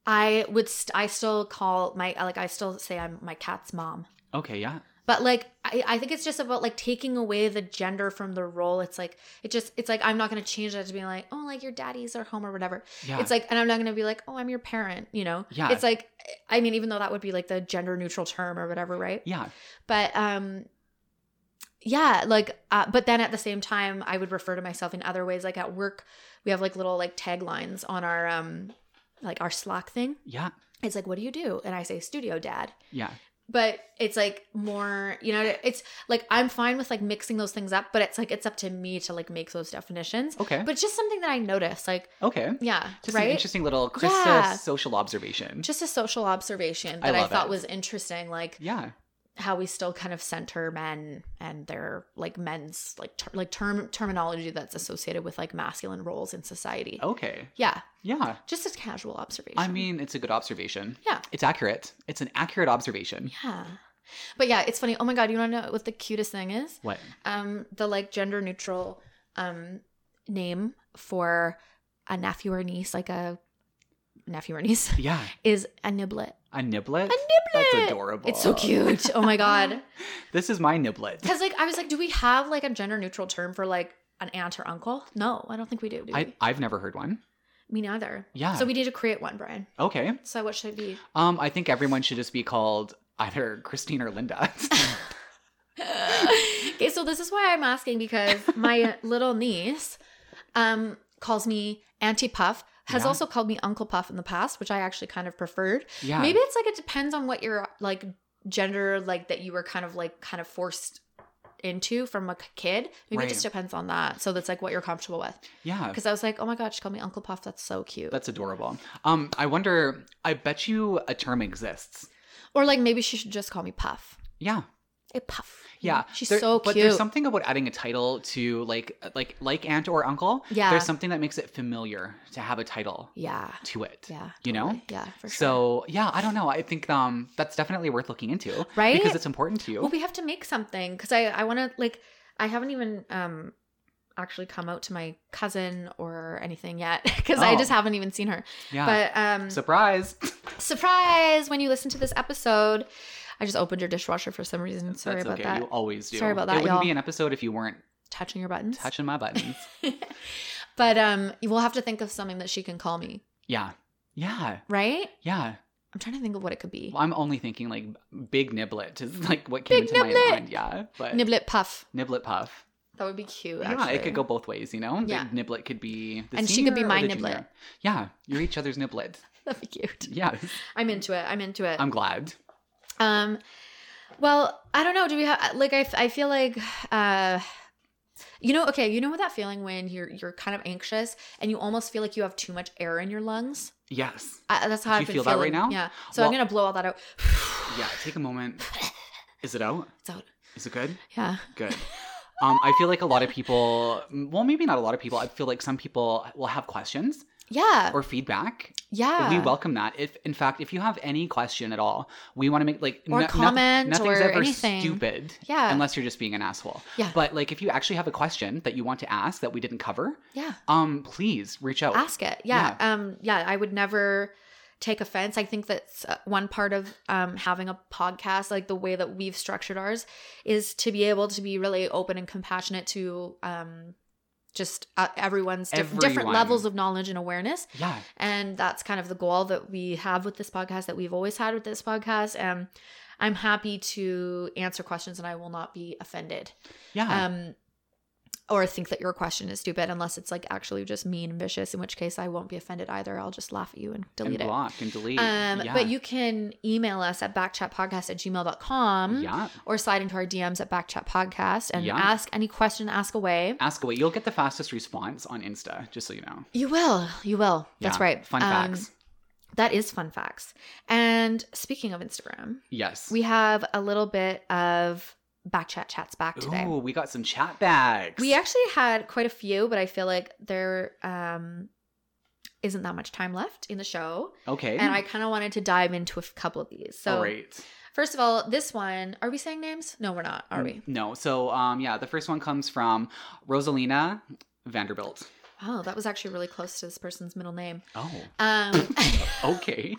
Speaker 2: I would st- I still call my like I still say I'm my cat's mom.
Speaker 1: okay, yeah,
Speaker 2: But like I, I think it's just about like taking away the gender from the role. It's like it just it's like I'm not going to change that to being like oh like your daddies are home or whatever.
Speaker 1: yeah,
Speaker 2: It's like and I'm not going to be like oh I'm your parent, you know.
Speaker 1: yeah,
Speaker 2: It's like I mean even though that would be like the gender neutral term or whatever, right?
Speaker 1: yeah,
Speaker 2: but um yeah like uh, but then at the same time i would refer to myself in other ways like at work we have like little like taglines on our um like our Slack thing.
Speaker 1: Yeah.
Speaker 2: It's like, what do you do? And I say studio dad.
Speaker 1: Yeah.
Speaker 2: But it's like more, you know, it's like I'm fine with like mixing those things up, but it's like it's up to me to like make those definitions.
Speaker 1: Okay.
Speaker 2: But it's just something that I noticed, like
Speaker 1: okay.
Speaker 2: yeah,
Speaker 1: Just an
Speaker 2: right.
Speaker 1: interesting little Krista
Speaker 2: Yeah.
Speaker 1: social observation.
Speaker 2: just a social observation
Speaker 1: I
Speaker 2: that I,
Speaker 1: love
Speaker 2: thought
Speaker 1: it.
Speaker 2: was interesting, like
Speaker 1: yeah.
Speaker 2: how we still kind of center men and their like men's like ter- like term terminology that's associated with like masculine roles in society.
Speaker 1: Okay.
Speaker 2: Yeah,
Speaker 1: Yeah.
Speaker 2: just a casual observation.
Speaker 1: Oh. I mean, it's a good observation.
Speaker 2: Yeah.
Speaker 1: It's accurate. It's an accurate observation.
Speaker 2: yeah. But yeah, it's funny. Oh my god, you want to know what the cutest thing is?
Speaker 1: What?
Speaker 2: Um the like gender neutral um name for a nephew or niece, like a nephew or niece
Speaker 1: Yeah.
Speaker 2: is a niblet.
Speaker 1: A niblet?
Speaker 2: A niblet.
Speaker 1: That's adorable.
Speaker 2: It's so cute. Oh my god.
Speaker 1: This is my niblet.
Speaker 2: Because like I was like, do we have like a gender neutral term for like an aunt or uncle? No, I don't think we do. do
Speaker 1: I,
Speaker 2: we?
Speaker 1: I've never heard one.
Speaker 2: Me neither.
Speaker 1: Yeah.
Speaker 2: So we need to create one, Brian.
Speaker 1: okay.
Speaker 2: So what should it be?
Speaker 1: Um, I think everyone should just be called either Christine or Linda.
Speaker 2: okay, so this is why I'm asking because my little niece um calls me Auntie Puff. Has
Speaker 1: Yeah.
Speaker 2: also called me Uncle Puff in the past, which I actually kind of preferred.
Speaker 1: yeah.
Speaker 2: Maybe it's like it depends on what your like gender like that you were kind of like kind of forced into from a kid. Maybe
Speaker 1: Right.
Speaker 2: it just depends on that. So that's like what you're comfortable with.
Speaker 1: Yeah.
Speaker 2: Because I was like, oh my god, she called me Uncle Puff. That's so cute.
Speaker 1: That's adorable. Um, I wonder. I bet you a term exists.
Speaker 2: or like maybe she should just call me Puff.
Speaker 1: Yeah,
Speaker 2: Hey, Puff.
Speaker 1: yeah.
Speaker 2: She's
Speaker 1: There-
Speaker 2: so
Speaker 1: But
Speaker 2: cute.
Speaker 1: there's something about adding a title to like, like, like aunt or uncle.
Speaker 2: Yeah.
Speaker 1: There's something that makes it familiar to have a title
Speaker 2: yeah.
Speaker 1: to it.
Speaker 2: Yeah.
Speaker 1: You know?
Speaker 2: totally. Yeah, for sure.
Speaker 1: So yeah, I don't know. I think um that's definitely worth looking into
Speaker 2: right?
Speaker 1: because it's important to you.
Speaker 2: well, we have to make something because I I want to like I haven't even um actually come out to my cousin or anything yet because I
Speaker 1: Oh. Ah.
Speaker 2: just haven't even seen her.
Speaker 1: yeah.
Speaker 2: But um
Speaker 1: Surprise.
Speaker 2: surprise when you listen to this episode, I just opened your dishwasher for some reason. Sorry
Speaker 1: that's
Speaker 2: about
Speaker 1: okay.
Speaker 2: that.
Speaker 1: You always do.
Speaker 2: Sorry about
Speaker 1: It
Speaker 2: that,
Speaker 1: wouldn't
Speaker 2: y'all.
Speaker 1: be an episode if you weren't
Speaker 2: Touching your buttons.
Speaker 1: touching my buttons.
Speaker 2: but um we'll have to think of something that she can call me,
Speaker 1: yeah. Yeah.
Speaker 2: right?
Speaker 1: Yeah.
Speaker 2: I'm trying to think of what it could be.
Speaker 1: Well, I'm only thinking like big niblet is like what came
Speaker 2: Big
Speaker 1: into my
Speaker 2: niblet.
Speaker 1: mind. Yeah. But
Speaker 2: Niblet puff.
Speaker 1: niblet puff.
Speaker 2: That would be cute.
Speaker 1: Yeah,
Speaker 2: actually.
Speaker 1: it could go both ways, you know?
Speaker 2: Yeah.
Speaker 1: The niblet could be the
Speaker 2: And she could be
Speaker 1: senior or
Speaker 2: my
Speaker 1: the
Speaker 2: niblet.
Speaker 1: junior. Yeah, you're each other's niblet.
Speaker 2: That'd be cute.
Speaker 1: Yeah,
Speaker 2: I'm into it. I'm into it.
Speaker 1: I'm glad.
Speaker 2: um, well, I don't know. Do we have like I? f- I feel like, uh, you know, okay, you know what that feeling when you're you're kind of anxious and you almost feel like you have too much air in your lungs.
Speaker 1: Yes.
Speaker 2: I, that's how
Speaker 1: Do
Speaker 2: I've
Speaker 1: you
Speaker 2: been
Speaker 1: feel that right
Speaker 2: feeling.
Speaker 1: now?
Speaker 2: Yeah. So I'm
Speaker 1: Well-
Speaker 2: gonna blow all that out.
Speaker 1: Yeah, take a moment. Is it out?
Speaker 2: It's out.
Speaker 1: Is it good?
Speaker 2: Yeah.
Speaker 1: Good. Um, I feel like a lot of people, well, maybe not a lot of people. I feel like some people will have questions
Speaker 2: Yeah.
Speaker 1: or feedback.
Speaker 2: yeah.
Speaker 1: We welcome that. If, in fact, if you have any question at all, we want to make like no-
Speaker 2: Or
Speaker 1: nothing-
Speaker 2: comment
Speaker 1: nothing's
Speaker 2: or
Speaker 1: ever
Speaker 2: anything.
Speaker 1: stupid
Speaker 2: Yeah.
Speaker 1: unless you're just being an asshole.
Speaker 2: Yeah.
Speaker 1: But like, if you actually have a question that you want to ask that we didn't cover,
Speaker 2: yeah.
Speaker 1: um, please reach out.
Speaker 2: ask it yeah. um yeah i would never take offense i think that's uh, one part of um having a podcast like the way that we've structured ours is to be able to be really open and compassionate to um just uh, everyone's diff- different
Speaker 1: Everyone.
Speaker 2: levels of knowledge and awareness
Speaker 1: Yeah.
Speaker 2: and that's kind of the goal that we have with this podcast that we've always had with this podcast um i'm happy to answer questions and i will not be offended
Speaker 1: Yeah.
Speaker 2: um or think that your question is stupid unless it's like actually just mean and vicious in which case i won't be offended either i'll just laugh at you and delete
Speaker 1: and
Speaker 2: it
Speaker 1: block and delete.
Speaker 2: um
Speaker 1: yeah.
Speaker 2: but you can email us at backchatpodcast at gmail.com
Speaker 1: yeah.
Speaker 2: or slide into our dms at backchatpodcast and
Speaker 1: Yeah.
Speaker 2: ask any question ask away
Speaker 1: Ask away. You'll get the fastest response on Insta, just so you know.
Speaker 2: you will you will that's
Speaker 1: Yeah.
Speaker 2: right
Speaker 1: Fun
Speaker 2: Um,
Speaker 1: facts.
Speaker 2: that is fun facts and speaking of instagram
Speaker 1: Yes.
Speaker 2: we have a little bit of backchat chats back today
Speaker 1: Ooh, we got some chat bags.
Speaker 2: We actually had quite a few, but I feel like there um isn't that much time left in the show,
Speaker 1: okay.
Speaker 2: and I kind of wanted to dive into a f- couple of these. So,
Speaker 1: All right.
Speaker 2: first of all, this one, are we saying names? No, we're not, are we?
Speaker 1: No. So um yeah, the first one comes from Rosalina Vanderbilt.
Speaker 2: Oh, that was actually really close to this person's middle name.
Speaker 1: Oh.
Speaker 2: Um
Speaker 1: Okay.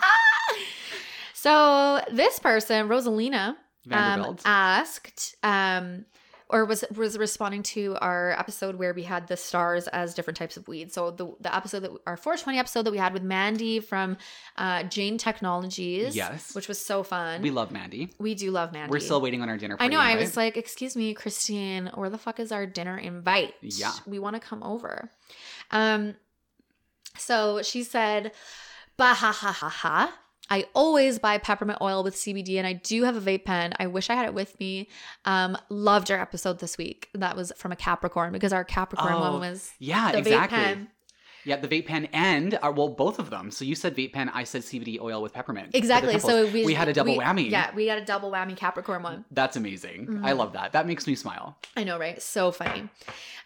Speaker 2: so this person, Rosalina, um,
Speaker 1: Vanderbilt.
Speaker 2: asked um or was was responding to our episode where we had the stars as different types of weed. So the the episode that our 420 episode that we had with Mandy from uh, Jane Technologies,
Speaker 1: Yes.
Speaker 2: which was so fun.
Speaker 1: we
Speaker 2: We,
Speaker 1: love Mandy.
Speaker 2: do love Mandy.
Speaker 1: We're still waiting on our dinner
Speaker 2: I
Speaker 1: party.
Speaker 2: know. I
Speaker 1: invite.
Speaker 2: was like, "Excuse me, Christine, where the fuck is our dinner invite?
Speaker 1: Yeah.
Speaker 2: we want to come over." Um, So she said, bah ha ha ha ha. I always buy peppermint oil with CBD and I do have a vape pen. I wish I had it with me. Um, loved our episode this week. That was from a Capricorn because our Capricorn
Speaker 1: Oh,
Speaker 2: one was
Speaker 1: Yeah,
Speaker 2: the
Speaker 1: exactly.
Speaker 2: vape pen.
Speaker 1: Yeah, the vape pen and uh, well, both of them. So you said vape pen, I said CBD oil with peppermint. for the
Speaker 2: Exactly.
Speaker 1: pimples.
Speaker 2: So we,
Speaker 1: We had a double whammy.
Speaker 2: Yeah, we had a double whammy Capricorn one.
Speaker 1: that's amazing.
Speaker 2: Mhm.
Speaker 1: I love that. That makes me smile.
Speaker 2: I know, right? So funny.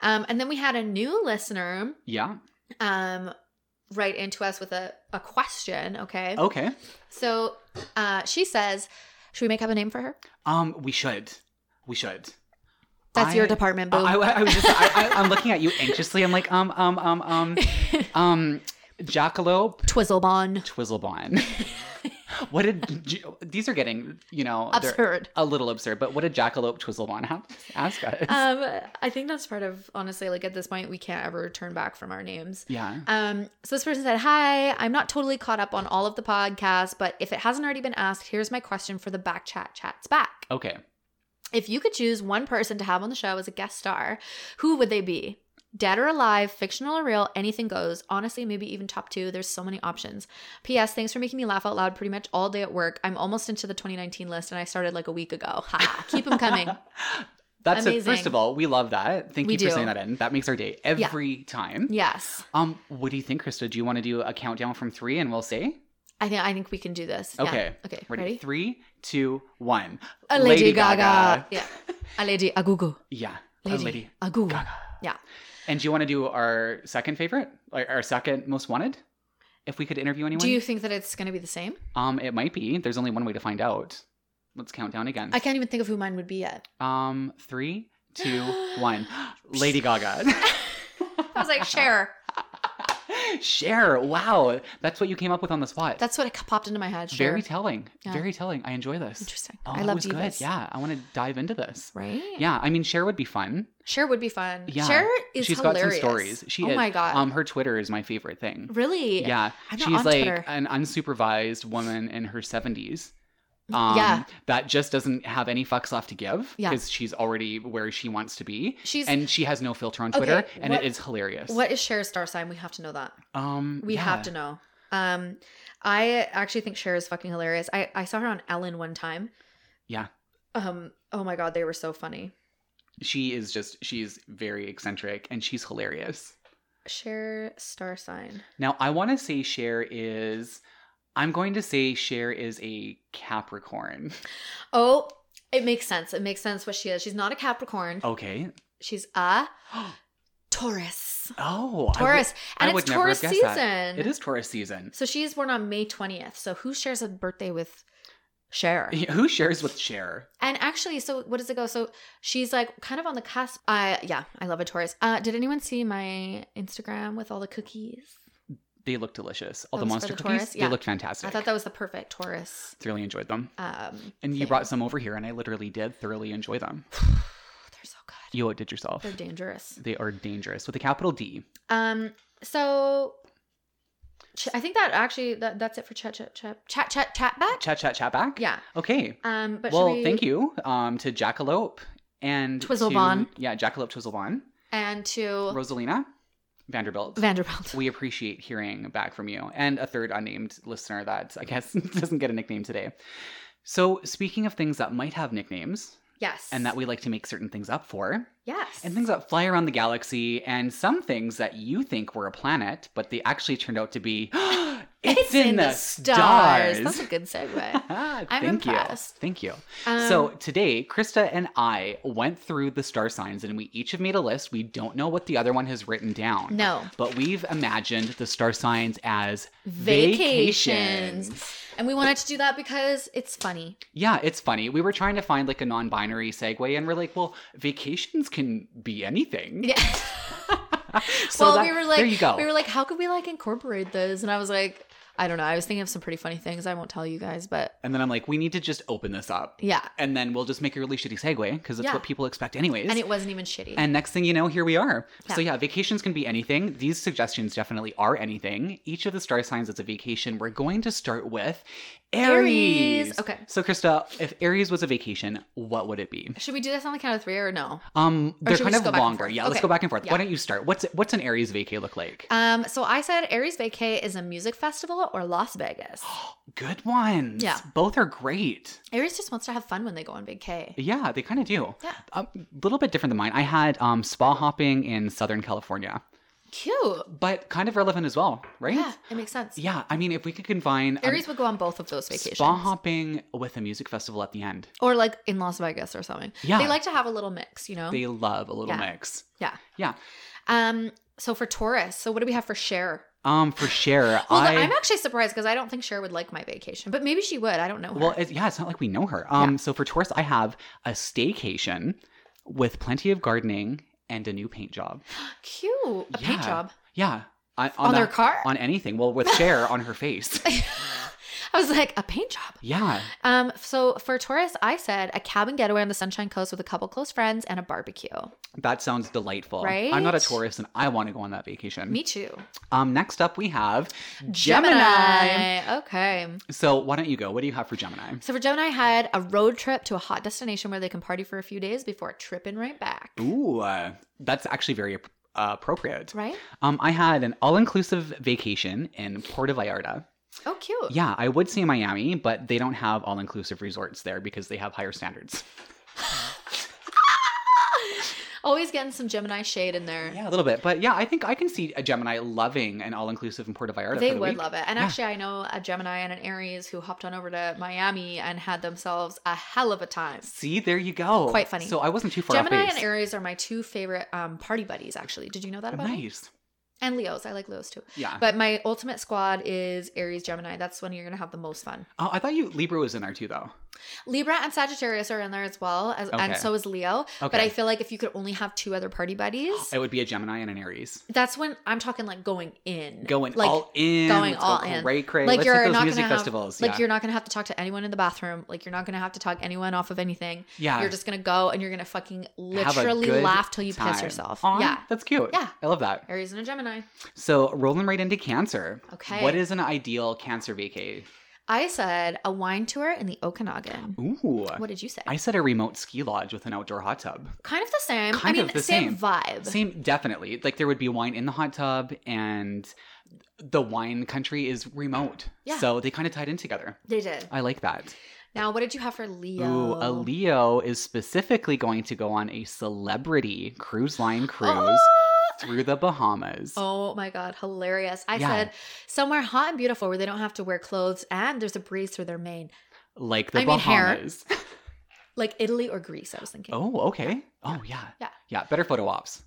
Speaker 2: Um, and then we had a new listener
Speaker 1: Yeah.
Speaker 2: um, write into us with a, a question. Okay.
Speaker 1: Okay.
Speaker 2: So uh, she says, should we make up a name for her?
Speaker 1: Um, we should. We should.
Speaker 2: That's your
Speaker 1: I-
Speaker 2: department, boo.
Speaker 1: I, I, I was just. I, I, I'm looking at you anxiously. I'm like, um, um, um, um, um, jackalope
Speaker 2: Twizzlebon.
Speaker 1: twizzlebon. what did j- these are getting? You know, they're
Speaker 2: Absurd.
Speaker 1: a little absurd. But what did jackalope twizzlebon have? Ask us.
Speaker 2: Um, I think that's part of honestly, like at this point, we can't ever turn back from our names.
Speaker 1: yeah.
Speaker 2: Um, so this person said, Hi, I'm not totally caught up on all of the podcasts, but if it hasn't already been asked, here's my question for the back chat chats back.
Speaker 1: Okay.
Speaker 2: If you could choose one person to have on the show as a guest star, who would they be? Dead or alive, fictional or real, anything goes. Honestly, maybe even top two. There's so many options. P.S. Thanks for making me laugh out loud pretty much all day at work. I'm almost into the 2019 list and I started like a week ago. Ha! Keep them coming.
Speaker 1: That's it.
Speaker 2: Amazing.
Speaker 1: First of all, we love that. Thank
Speaker 2: We
Speaker 1: you for
Speaker 2: do.
Speaker 1: saying that in. That makes our day every time.
Speaker 2: yes,
Speaker 1: Um, what do you think, Krista? Do you want to do a countdown from three and we'll say?
Speaker 2: I think I think we can do this. Yeah.
Speaker 1: Okay.
Speaker 2: Okay.
Speaker 1: Ready?
Speaker 2: Ready?
Speaker 1: Three, two, one.
Speaker 2: A Lady,
Speaker 1: Lady
Speaker 2: Gaga.
Speaker 1: Gaga.
Speaker 2: Yeah. A Lady Agugu.
Speaker 1: Yeah. a
Speaker 2: Lady,
Speaker 1: lady.
Speaker 2: Agugu.
Speaker 1: Gaga.
Speaker 2: Yeah.
Speaker 1: And do you want to do our second favorite? Like our second most wanted? If we could interview anyone?
Speaker 2: Do you think that it's going to be the same?
Speaker 1: um, it might be. There's only one way to find out. Let's count down again.
Speaker 2: I can't even think of who mine would be yet.
Speaker 1: Um, three, two, one. Lady Gaga.
Speaker 2: I was like, Cher.
Speaker 1: Share. Wow. That's what you came up with on the spot.
Speaker 2: That's what it popped into my head. Cher.
Speaker 1: very telling.
Speaker 2: Yeah.
Speaker 1: Very telling. I enjoy this.
Speaker 2: Interesting.
Speaker 1: Oh,
Speaker 2: I
Speaker 1: that
Speaker 2: love
Speaker 1: was good.
Speaker 2: divas.
Speaker 1: Yeah, I want to dive into this.
Speaker 2: Right?
Speaker 1: Yeah, I mean, Cher would be fun.
Speaker 2: Cher would be fun.
Speaker 1: Yeah.
Speaker 2: Cher is
Speaker 1: She's got
Speaker 2: hilarious.
Speaker 1: some stories. She
Speaker 2: oh
Speaker 1: is.
Speaker 2: my god.
Speaker 1: Um, her Twitter is my favorite thing.
Speaker 2: really?
Speaker 1: Yeah,
Speaker 2: I'm not
Speaker 1: she's
Speaker 2: on
Speaker 1: like
Speaker 2: Twitter.
Speaker 1: an unsupervised woman in her seventies. Um,
Speaker 2: Mm, Yeah.
Speaker 1: that just doesn't have any fucks left to give
Speaker 2: Yeah.
Speaker 1: because she's already where she wants to be,
Speaker 2: She's
Speaker 1: and she has no filter on
Speaker 2: Okay,
Speaker 1: Twitter, and
Speaker 2: what-
Speaker 1: it is hilarious.
Speaker 2: what is Cher's star sign? We have to know that.
Speaker 1: Um,
Speaker 2: We have to know. Um I actually think Cher is fucking hilarious. I I saw her on Ellen one time.
Speaker 1: Yeah.
Speaker 2: Um oh my god, they were so funny.
Speaker 1: She is just she's very eccentric, and she's hilarious.
Speaker 2: Cher star sign.
Speaker 1: Now, I want to say Cher is. I'm going to say Cher is a Capricorn.
Speaker 2: Oh, it makes sense. It makes sense what she is. She's not a Capricorn.
Speaker 1: Okay.
Speaker 2: She's a
Speaker 1: Oh,
Speaker 2: Taurus.
Speaker 1: I
Speaker 2: Taurus.
Speaker 1: I
Speaker 2: and
Speaker 1: would
Speaker 2: it's
Speaker 1: never
Speaker 2: Taurus
Speaker 1: have guessed
Speaker 2: season.
Speaker 1: that. would- it is Taurus season.
Speaker 2: So she's born on May 20th. So who shares a birthday with Cher?
Speaker 1: Who shares with Cher?
Speaker 2: And actually, so what does it go? So she's like kind of on the cusp. Uh, yeah, I love a Taurus. Uh, did anyone see my Instagram with all the cookies?
Speaker 1: They look delicious. All the
Speaker 2: Those for
Speaker 1: monster
Speaker 2: the
Speaker 1: cookies,
Speaker 2: Taurus? Yeah.
Speaker 1: they looked fantastic.
Speaker 2: I thought that was the perfect Taurus.
Speaker 1: Thoroughly enjoyed them.
Speaker 2: Um,
Speaker 1: And you
Speaker 2: thing.
Speaker 1: brought some over here, and I literally did thoroughly enjoy them.
Speaker 2: Oh, They're so good.
Speaker 1: You outdid yourself.
Speaker 2: They're dangerous.
Speaker 1: They are dangerous with a capital D.
Speaker 2: Um. So, ch- I think that actually that, that's it for chat chat chat chat chat chat back.
Speaker 1: Chat, chat, chat back.
Speaker 2: Yeah.
Speaker 1: Okay.
Speaker 2: Um. But
Speaker 1: well,
Speaker 2: should we,
Speaker 1: thank you um, to Jackalope and to-
Speaker 2: Twizzlebon.
Speaker 1: yeah, Jackalope Twizzlebon.
Speaker 2: And to
Speaker 1: Rosalina Vanderbilt.
Speaker 2: Vanderbilt.
Speaker 1: we appreciate hearing back from you and a third unnamed listener that I guess doesn't get a nickname today. So, speaking of things that might have nicknames
Speaker 2: yes.
Speaker 1: and that we like to make certain things up for,
Speaker 2: yes.
Speaker 1: and things that fly around the galaxy, and some things that you think were a planet, but they actually turned out to be it's, in, the stars.
Speaker 2: That's a good segue.
Speaker 1: Thank
Speaker 2: impressed.
Speaker 1: you. Thank you.
Speaker 2: Um,
Speaker 1: So today, Krista and I went through the star signs and we each have made a list. We don't know what the other one has written down.
Speaker 2: No.
Speaker 1: But we've imagined the star signs as
Speaker 2: vacations.
Speaker 1: vacations.
Speaker 2: And we wanted to do that because it's funny.
Speaker 1: Yeah, it's funny. We were trying to find like a non binary segue and we're like, well, vacations can be anything.
Speaker 2: Yeah.
Speaker 1: So
Speaker 2: well,
Speaker 1: that-
Speaker 2: we were like,
Speaker 1: there you go.
Speaker 2: we were like, how could we like incorporate this? And I was like, I don't know. I was thinking of some pretty funny things. I won't tell you guys, but
Speaker 1: And then I'm like, we need to just open this up.
Speaker 2: yeah.
Speaker 1: And then we'll just make a really shitty segue because it's
Speaker 2: Yeah.
Speaker 1: what people expect, anyways.
Speaker 2: And it wasn't even shitty.
Speaker 1: And next thing you know, here we are.
Speaker 2: Yeah.
Speaker 1: So yeah, vacations can be anything. These suggestions definitely are anything. Each of the star signs is a vacation. We're going to start with Aries.
Speaker 2: Aries. Okay.
Speaker 1: So Krista, if Aries was a vacation, what would it be?
Speaker 2: Should we do this on the count of three or no?
Speaker 1: Um, they're
Speaker 2: should we
Speaker 1: kind of
Speaker 2: just go back and
Speaker 1: longer.
Speaker 2: forth?
Speaker 1: Yeah,
Speaker 2: Okay.
Speaker 1: let's go back and forth.
Speaker 2: Yeah.
Speaker 1: Why don't you start? What's what's an Aries vacay look like?
Speaker 2: Um, so I said Aries Vacay is a music festival or Las Vegas.
Speaker 1: Good ones.
Speaker 2: Yeah.
Speaker 1: Both are great.
Speaker 2: Aries just wants to have fun when they go on vacay.
Speaker 1: Yeah, they kind of do.
Speaker 2: Yeah.
Speaker 1: A little bit different than mine. I had um, spa hopping in Southern California,
Speaker 2: Cute.
Speaker 1: but kind of relevant as well, right?
Speaker 2: Yeah, it makes sense.
Speaker 1: Yeah, I mean, if we could combine um,
Speaker 2: Aries would go on both of those vacations.
Speaker 1: spa hopping with a music festival at the end,
Speaker 2: or like in Las Vegas or something.
Speaker 1: Yeah.
Speaker 2: They like to have a little mix, you know?
Speaker 1: they love a little
Speaker 2: Oh, Yeah.
Speaker 1: mix.
Speaker 2: yeah.
Speaker 1: Yeah.
Speaker 2: Um, so for Taurus, so what do we have for Cher?
Speaker 1: Um, for sure.
Speaker 2: Well,
Speaker 1: I
Speaker 2: I'm actually surprised because I don't think Cher would like my vacation, but maybe she would. I don't know. Her.
Speaker 1: well, it, yeah, it's not like we know her. Um, so for Taurus, I have a staycation with plenty of gardening and a new paint job.
Speaker 2: cute. A paint
Speaker 1: Yeah.
Speaker 2: job
Speaker 1: Yeah, I, on,
Speaker 2: on,
Speaker 1: that-
Speaker 2: their car.
Speaker 1: on anything. Well, with Cher on her face.
Speaker 2: I was like, a paint job.
Speaker 1: Yeah.
Speaker 2: Um, so for Taurus, I said a cabin getaway on the Sunshine Coast with a couple close friends and a barbecue.
Speaker 1: Mm. That sounds delightful.
Speaker 2: Right?
Speaker 1: I'm not a tourist and I want to go on that vacation.
Speaker 2: Me too.
Speaker 1: Um, next up, we have Gemini.
Speaker 2: Gemini. Okay.
Speaker 1: So, why don't you go? What do you have for Gemini?
Speaker 2: So for Gemini, I had a road trip to a hot destination where they can party for a few days before tripping right back.
Speaker 1: Ooh, uh, that's actually very ap- uh, appropriate.
Speaker 2: Right?
Speaker 1: Um, I had an all inclusive vacation in Puerto Vallarta.
Speaker 2: Oh, cute.
Speaker 1: Yeah, I would say Miami, but they don't have all inclusive resorts there because they have higher standards.
Speaker 2: Always getting some Gemini shade in there.
Speaker 1: Yeah, a little bit. But yeah, I think I can see a Gemini loving an all inclusive in Puerto Vallarta.
Speaker 2: They
Speaker 1: for the
Speaker 2: would
Speaker 1: week.
Speaker 2: love it. And
Speaker 1: Yeah.
Speaker 2: actually, I know a Gemini and an Aries who hopped on over to Miami and had themselves a hell of a time.
Speaker 1: See, there you go.
Speaker 2: Quite funny.
Speaker 1: So, I wasn't too far
Speaker 2: Gemini
Speaker 1: off base.
Speaker 2: and Aries are my two favorite um, party buddies, actually. Did you know that about me?
Speaker 1: Nice.
Speaker 2: And Leos. I like Leos too.
Speaker 1: Yeah.
Speaker 2: But my ultimate squad is Aries, Gemini. That's when you're going to have the most fun.
Speaker 1: oh, I thought you Libra was in there too, though.
Speaker 2: Libra and Sagittarius are in there as well, as, and
Speaker 1: Okay.
Speaker 2: so is Leo. But
Speaker 1: Okay.
Speaker 2: I feel like if you could only have two other party buddies,
Speaker 1: It would be a Gemini and an Aries.
Speaker 2: that's when I'm talking like going in,
Speaker 1: Going
Speaker 2: like,
Speaker 1: all in.
Speaker 2: going
Speaker 1: let's go
Speaker 2: all in.
Speaker 1: Cray, cray.
Speaker 2: Like,
Speaker 1: let's
Speaker 2: you're
Speaker 1: hit those
Speaker 2: not
Speaker 1: music
Speaker 2: gonna have-
Speaker 1: festivals.
Speaker 2: Like
Speaker 1: yeah.
Speaker 2: you're not gonna have to talk to anyone in the bathroom. Like you're not gonna have to talk anyone off of anything.
Speaker 1: yeah.
Speaker 2: You're just gonna go and you're gonna fucking
Speaker 1: Have a
Speaker 2: literally
Speaker 1: good
Speaker 2: laugh till you piss
Speaker 1: time.
Speaker 2: yourself.
Speaker 1: Aw,
Speaker 2: Yeah.
Speaker 1: That's cute.
Speaker 2: Yeah.
Speaker 1: I love that.
Speaker 2: Aries and a Gemini.
Speaker 1: So rolling right into Cancer.
Speaker 2: Okay.
Speaker 1: What is an ideal Cancer vacay?
Speaker 2: I said a wine tour in the Okanagan.
Speaker 1: Ooh.
Speaker 2: What did you say?
Speaker 1: I said a remote ski lodge with an outdoor hot tub.
Speaker 2: kind of the same. I
Speaker 1: Kind
Speaker 2: mean,
Speaker 1: of the
Speaker 2: same,
Speaker 1: same.
Speaker 2: vibe.
Speaker 1: Same, definitely. Like there would be wine in the hot tub, and the wine country is remote.
Speaker 2: Yeah.
Speaker 1: So they kind of tied in together.
Speaker 2: They did.
Speaker 1: I like that.
Speaker 2: Now, what did you have for Leo?
Speaker 1: Ooh, a Leo is specifically going to go on a celebrity cruise line cruise
Speaker 2: Oh!
Speaker 1: through the Bahamas.
Speaker 2: Oh my god, hilarious. I
Speaker 1: Yeah.
Speaker 2: said somewhere hot and beautiful where they don't have to wear clothes and there's a breeze through their mane.
Speaker 1: Like the
Speaker 2: I mean, hair.
Speaker 1: Bahamas.
Speaker 2: Like Italy or Greece, I was thinking.
Speaker 1: Oh, okay. Oh, yeah.
Speaker 2: Yeah.
Speaker 1: Yeah. Better photo ops.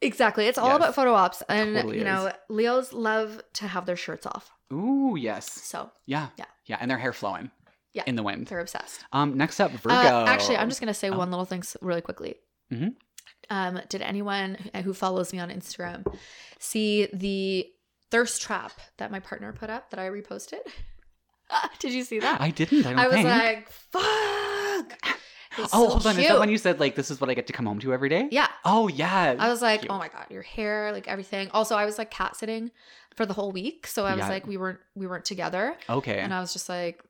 Speaker 2: Exactly. It's all
Speaker 1: Yes.
Speaker 2: about photo ops and
Speaker 1: Totally
Speaker 2: you know, Leos love to have their shirts off.
Speaker 1: Ooh, yes.
Speaker 2: So,
Speaker 1: Yeah.
Speaker 2: Yeah.
Speaker 1: Yeah. And their hair flowing.
Speaker 2: Yeah.
Speaker 1: In the wind.
Speaker 2: they're obsessed.
Speaker 1: Um. Next up, Virgo.
Speaker 2: Uh, actually, I'm just going to say
Speaker 1: Oh.
Speaker 2: one little thing s- really quickly.
Speaker 1: Mhm.
Speaker 2: Um, did anyone who- who follows me on Instagram see the thirst trap that my partner put up that I reposted? did you see that?
Speaker 1: I didn't. I don't
Speaker 2: I was
Speaker 1: think.
Speaker 2: like, fuck. It's
Speaker 1: oh,
Speaker 2: so
Speaker 1: hold on. Is
Speaker 2: cute.
Speaker 1: that when you said like this is what I get to come home to every day?
Speaker 2: Yeah.
Speaker 1: Oh yeah.
Speaker 2: I was like,
Speaker 1: Cute.
Speaker 2: oh my god, your hair, like everything. Also, I was like cat sitting for the whole week, so I was
Speaker 1: Yeah.
Speaker 2: like, we weren't we weren't together,
Speaker 1: okay.
Speaker 2: and I was just like,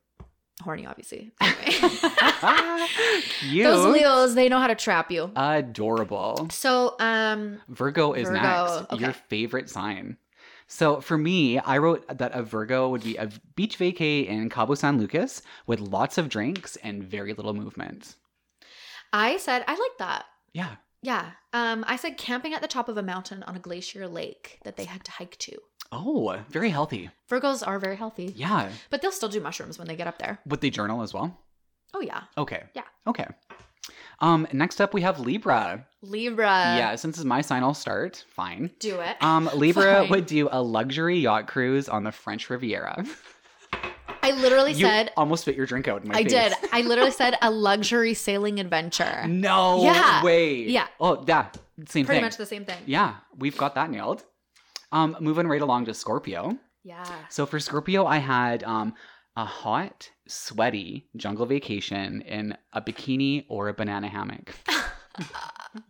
Speaker 2: horny, obviously. Anyway.
Speaker 1: Cute.
Speaker 2: Those Leos, they know how to trap you.
Speaker 1: Adorable.
Speaker 2: So, um,
Speaker 1: Virgo is
Speaker 2: Virgo,
Speaker 1: next.
Speaker 2: okay.
Speaker 1: Your favorite sign. So for me, I wrote that a Virgo would be a beach vacay in Cabo San Lucas with lots of drinks and very little movement.
Speaker 2: I said I like that.
Speaker 1: Yeah.
Speaker 2: Yeah. Um, I said camping at the top of a mountain on a glacier lake that they had to hike to.
Speaker 1: Oh, very healthy.
Speaker 2: Virgos are very healthy,
Speaker 1: Yeah.
Speaker 2: but they'll still do mushrooms when they get up there.
Speaker 1: Would they journal as well?
Speaker 2: Oh yeah,
Speaker 1: Okay.
Speaker 2: Yeah.
Speaker 1: Okay. Um, next up we have Libra.
Speaker 2: Libra.
Speaker 1: yeah, since it's my sign, I'll start. Fine.
Speaker 2: Do it.
Speaker 1: Um, Libra
Speaker 2: Fine.
Speaker 1: would do a luxury yacht cruise on the French Riviera.
Speaker 2: I literally
Speaker 1: you
Speaker 2: said
Speaker 1: almost spit your drink out in my
Speaker 2: I
Speaker 1: face.
Speaker 2: did. I literally said a luxury sailing adventure.
Speaker 1: No
Speaker 2: Yeah.
Speaker 1: way.
Speaker 2: Yeah.
Speaker 1: Oh, yeah. Same
Speaker 2: Pretty
Speaker 1: thing.
Speaker 2: much the same thing.
Speaker 1: yeah, we've got that nailed. Um, moving right along to Scorpio.
Speaker 2: Yeah.
Speaker 1: So for Scorpio, I had um, a hot, sweaty jungle vacation in a bikini or a banana hammock.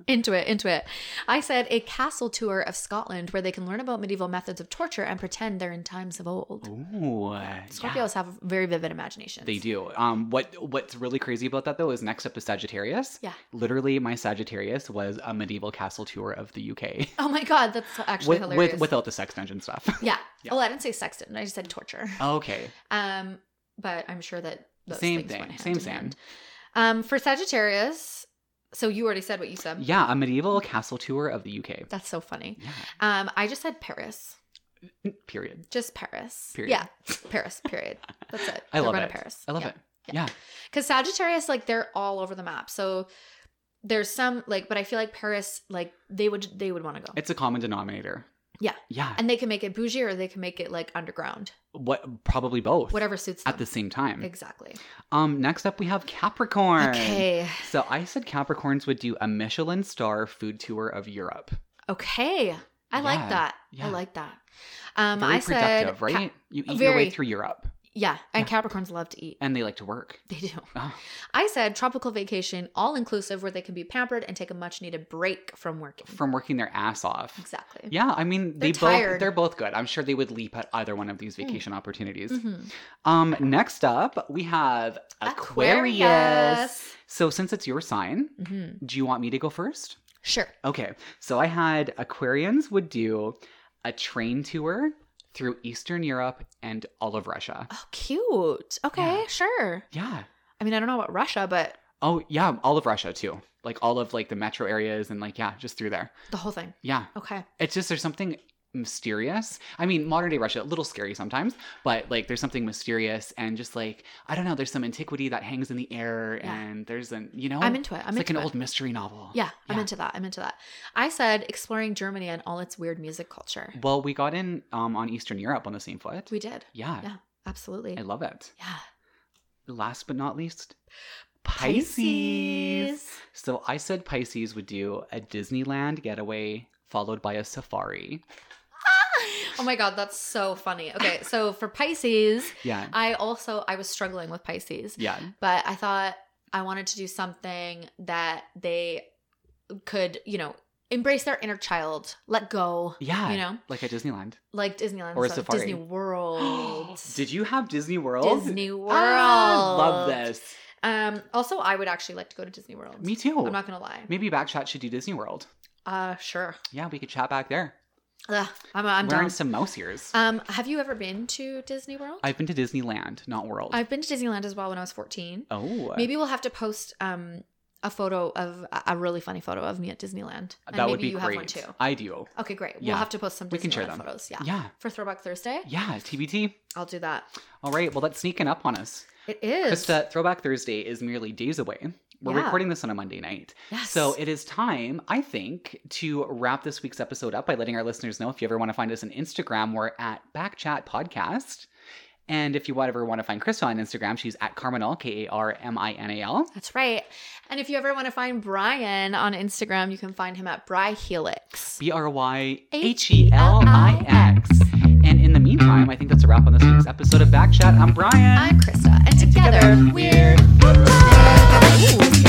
Speaker 2: into it, into it. I said a castle tour of Scotland where they can learn about medieval methods of torture and pretend they're in times of old.
Speaker 1: Ooh,
Speaker 2: Scorpios
Speaker 1: yeah.
Speaker 2: have very vivid imaginations.
Speaker 1: They do. Um, what What's really crazy about that though is next up is Sagittarius.
Speaker 2: Yeah.
Speaker 1: Literally, my Sagittarius was a medieval castle tour of the UK
Speaker 2: Oh my god, that's actually
Speaker 1: with,
Speaker 2: hilarious.
Speaker 1: with without the sex dungeon stuff.
Speaker 2: yeah.
Speaker 1: Yeah.
Speaker 2: Well, I didn't say sexton. I just said torture.
Speaker 1: okay.
Speaker 2: Um, but I'm sure that those
Speaker 1: Same
Speaker 2: things
Speaker 1: thing,
Speaker 2: went hand
Speaker 1: same,
Speaker 2: in
Speaker 1: same.
Speaker 2: hand. Um, for Sagittarius, so you already said what you said.
Speaker 1: Yeah, a medieval castle tour of the UK.
Speaker 2: That's so funny.
Speaker 1: Yeah.
Speaker 2: Um, I just said Paris.
Speaker 1: Period.
Speaker 2: Just Paris.
Speaker 1: Period.
Speaker 2: Yeah, Paris. Period. That's it.
Speaker 1: I
Speaker 2: They're
Speaker 1: love
Speaker 2: going
Speaker 1: it.
Speaker 2: To Paris.
Speaker 1: I love
Speaker 2: Yeah.
Speaker 1: it.
Speaker 2: because Sagittarius, like they're all over the map. So there's some like, but I feel like Paris, like they would they would want to go,
Speaker 1: It's a common denominator.
Speaker 2: Yeah.
Speaker 1: Yeah.
Speaker 2: and they can make it bougie or they can make it like underground,
Speaker 1: What? Probably both.
Speaker 2: whatever suits them.
Speaker 1: At the same time.
Speaker 2: exactly.
Speaker 1: Um, next up we have Capricorn.
Speaker 2: Okay.
Speaker 1: So I said Capricorns would do a Michelin star food tour of Europe.
Speaker 2: Okay. I like
Speaker 1: Yeah,
Speaker 2: that.
Speaker 1: yeah.
Speaker 2: I like that. Um,
Speaker 1: Very
Speaker 2: I said,
Speaker 1: productive,
Speaker 2: Ca-
Speaker 1: right? you eat your way
Speaker 2: very.
Speaker 1: through Europe.
Speaker 2: yeah, and Capricorns love to eat.
Speaker 1: And they like to work.
Speaker 2: They do.
Speaker 1: Ah.
Speaker 2: I said tropical vacation, all inclusive, where they can be pampered and take a much needed break from working.
Speaker 1: From working their ass off.
Speaker 2: exactly.
Speaker 1: Yeah, I mean
Speaker 2: They're
Speaker 1: they both
Speaker 2: tired. Mm.
Speaker 1: they're both good. I'm sure they would leap at either one of these vacation opportunities.
Speaker 2: Mhm.
Speaker 1: Um, next up we have Aquarius.
Speaker 2: Aquarius.
Speaker 1: So since it's your sign,
Speaker 2: Mhm.
Speaker 1: do you want me to go first?
Speaker 2: Sure.
Speaker 1: Okay, so I had Aquarians would do a train tour through Eastern Europe and all of Russia.
Speaker 2: Oh, cute. Okay,
Speaker 1: Yeah.
Speaker 2: sure.
Speaker 1: Yeah.
Speaker 2: I mean, I don't know about Russia, but
Speaker 1: Oh, yeah, all of Russia too. Like all of like the metro areas and like yeah, just through there.
Speaker 2: the whole thing.
Speaker 1: Yeah.
Speaker 2: Okay.
Speaker 1: It's just there's something mysterious. I mean, modern day Russia a little scary sometimes, but like there's something mysterious and just like I don't know, there's some antiquity that hangs in the air
Speaker 2: Yeah.
Speaker 1: and there's an, you know,
Speaker 2: I'm into it. I'm
Speaker 1: Oh, it's like
Speaker 2: into
Speaker 1: an
Speaker 2: it.
Speaker 1: old mystery novel.
Speaker 2: yeah, I'm
Speaker 1: Yeah.
Speaker 2: into that. I'm into that. I said exploring Germany and all its weird music culture.
Speaker 1: Well, we got in um on Eastern Europe on the same foot.
Speaker 2: We did.
Speaker 1: yeah.
Speaker 2: Yeah. Absolutely.
Speaker 1: I love it.
Speaker 2: yeah.
Speaker 1: last but not least, Pisces. So I said Pisces would do a Disneyland getaway followed by a safari.
Speaker 2: oh my god, that's so funny. Okay, so for Pisces,
Speaker 1: Yeah.
Speaker 2: I also I was struggling with Pisces,
Speaker 1: Yeah.
Speaker 2: but I thought I wanted to do something that they could, you know, embrace their inner child, let go,
Speaker 1: Yeah.
Speaker 2: you know,
Speaker 1: Like at Disneyland.
Speaker 2: like Disneyland
Speaker 1: Or a
Speaker 2: stuff,
Speaker 1: safari.
Speaker 2: Disney World.
Speaker 1: Did you have Disney World?
Speaker 2: Disney World.
Speaker 1: Ah, love this.
Speaker 2: Um, also, I would actually like to go to Disney World.
Speaker 1: Me too.
Speaker 2: I'm not gonna lie.
Speaker 1: Maybe Backchat should do Disney World.
Speaker 2: Uh, sure.
Speaker 1: Yeah, we could chat back there.
Speaker 2: Ugh, I'm I'm
Speaker 1: Wearing
Speaker 2: down.
Speaker 1: some mouse ears.
Speaker 2: Um, have you ever been to Disney World?
Speaker 1: I've been to Disneyland, not World.
Speaker 2: I've been to Disneyland as well when I was 14.
Speaker 1: oh.
Speaker 2: Maybe we'll have to post um a photo of a- a really funny photo of me at Disneyland. And
Speaker 1: that
Speaker 2: maybe
Speaker 1: would be
Speaker 2: you
Speaker 1: great.
Speaker 2: have one too.
Speaker 1: I do.
Speaker 2: Okay, great.
Speaker 1: Yeah.
Speaker 2: We'll have to post some Disneyland
Speaker 1: We can share them.
Speaker 2: photos. Yeah.
Speaker 1: Yeah.
Speaker 2: For Throwback Thursday,
Speaker 1: Yeah. TBT.
Speaker 2: I'll do that.
Speaker 1: All right. Well, that's sneaking up on us.
Speaker 2: It is.
Speaker 1: Krista, Throwback Thursday is merely days away. We're
Speaker 2: Yeah.
Speaker 1: recording this on a Monday night.
Speaker 2: yes.
Speaker 1: So it is time, I think, to wrap this week's episode up by letting our listeners know if you ever want to find us on Instagram, we're at Backchat Podcast. And if you want- ever want to find Krista on Instagram, she's at Carminal, K A R M I N A L.
Speaker 2: that's right. And if you ever want to find Brian on Instagram, you can find him at Bry Helix.
Speaker 1: B R Y H E L I X.
Speaker 2: H E
Speaker 1: And in the meantime, I think that's a wrap on this week's episode of Backchat. I'm Brian.
Speaker 2: I'm Krista, and, together,
Speaker 1: together
Speaker 2: we're.
Speaker 1: we're-
Speaker 2: Ooh.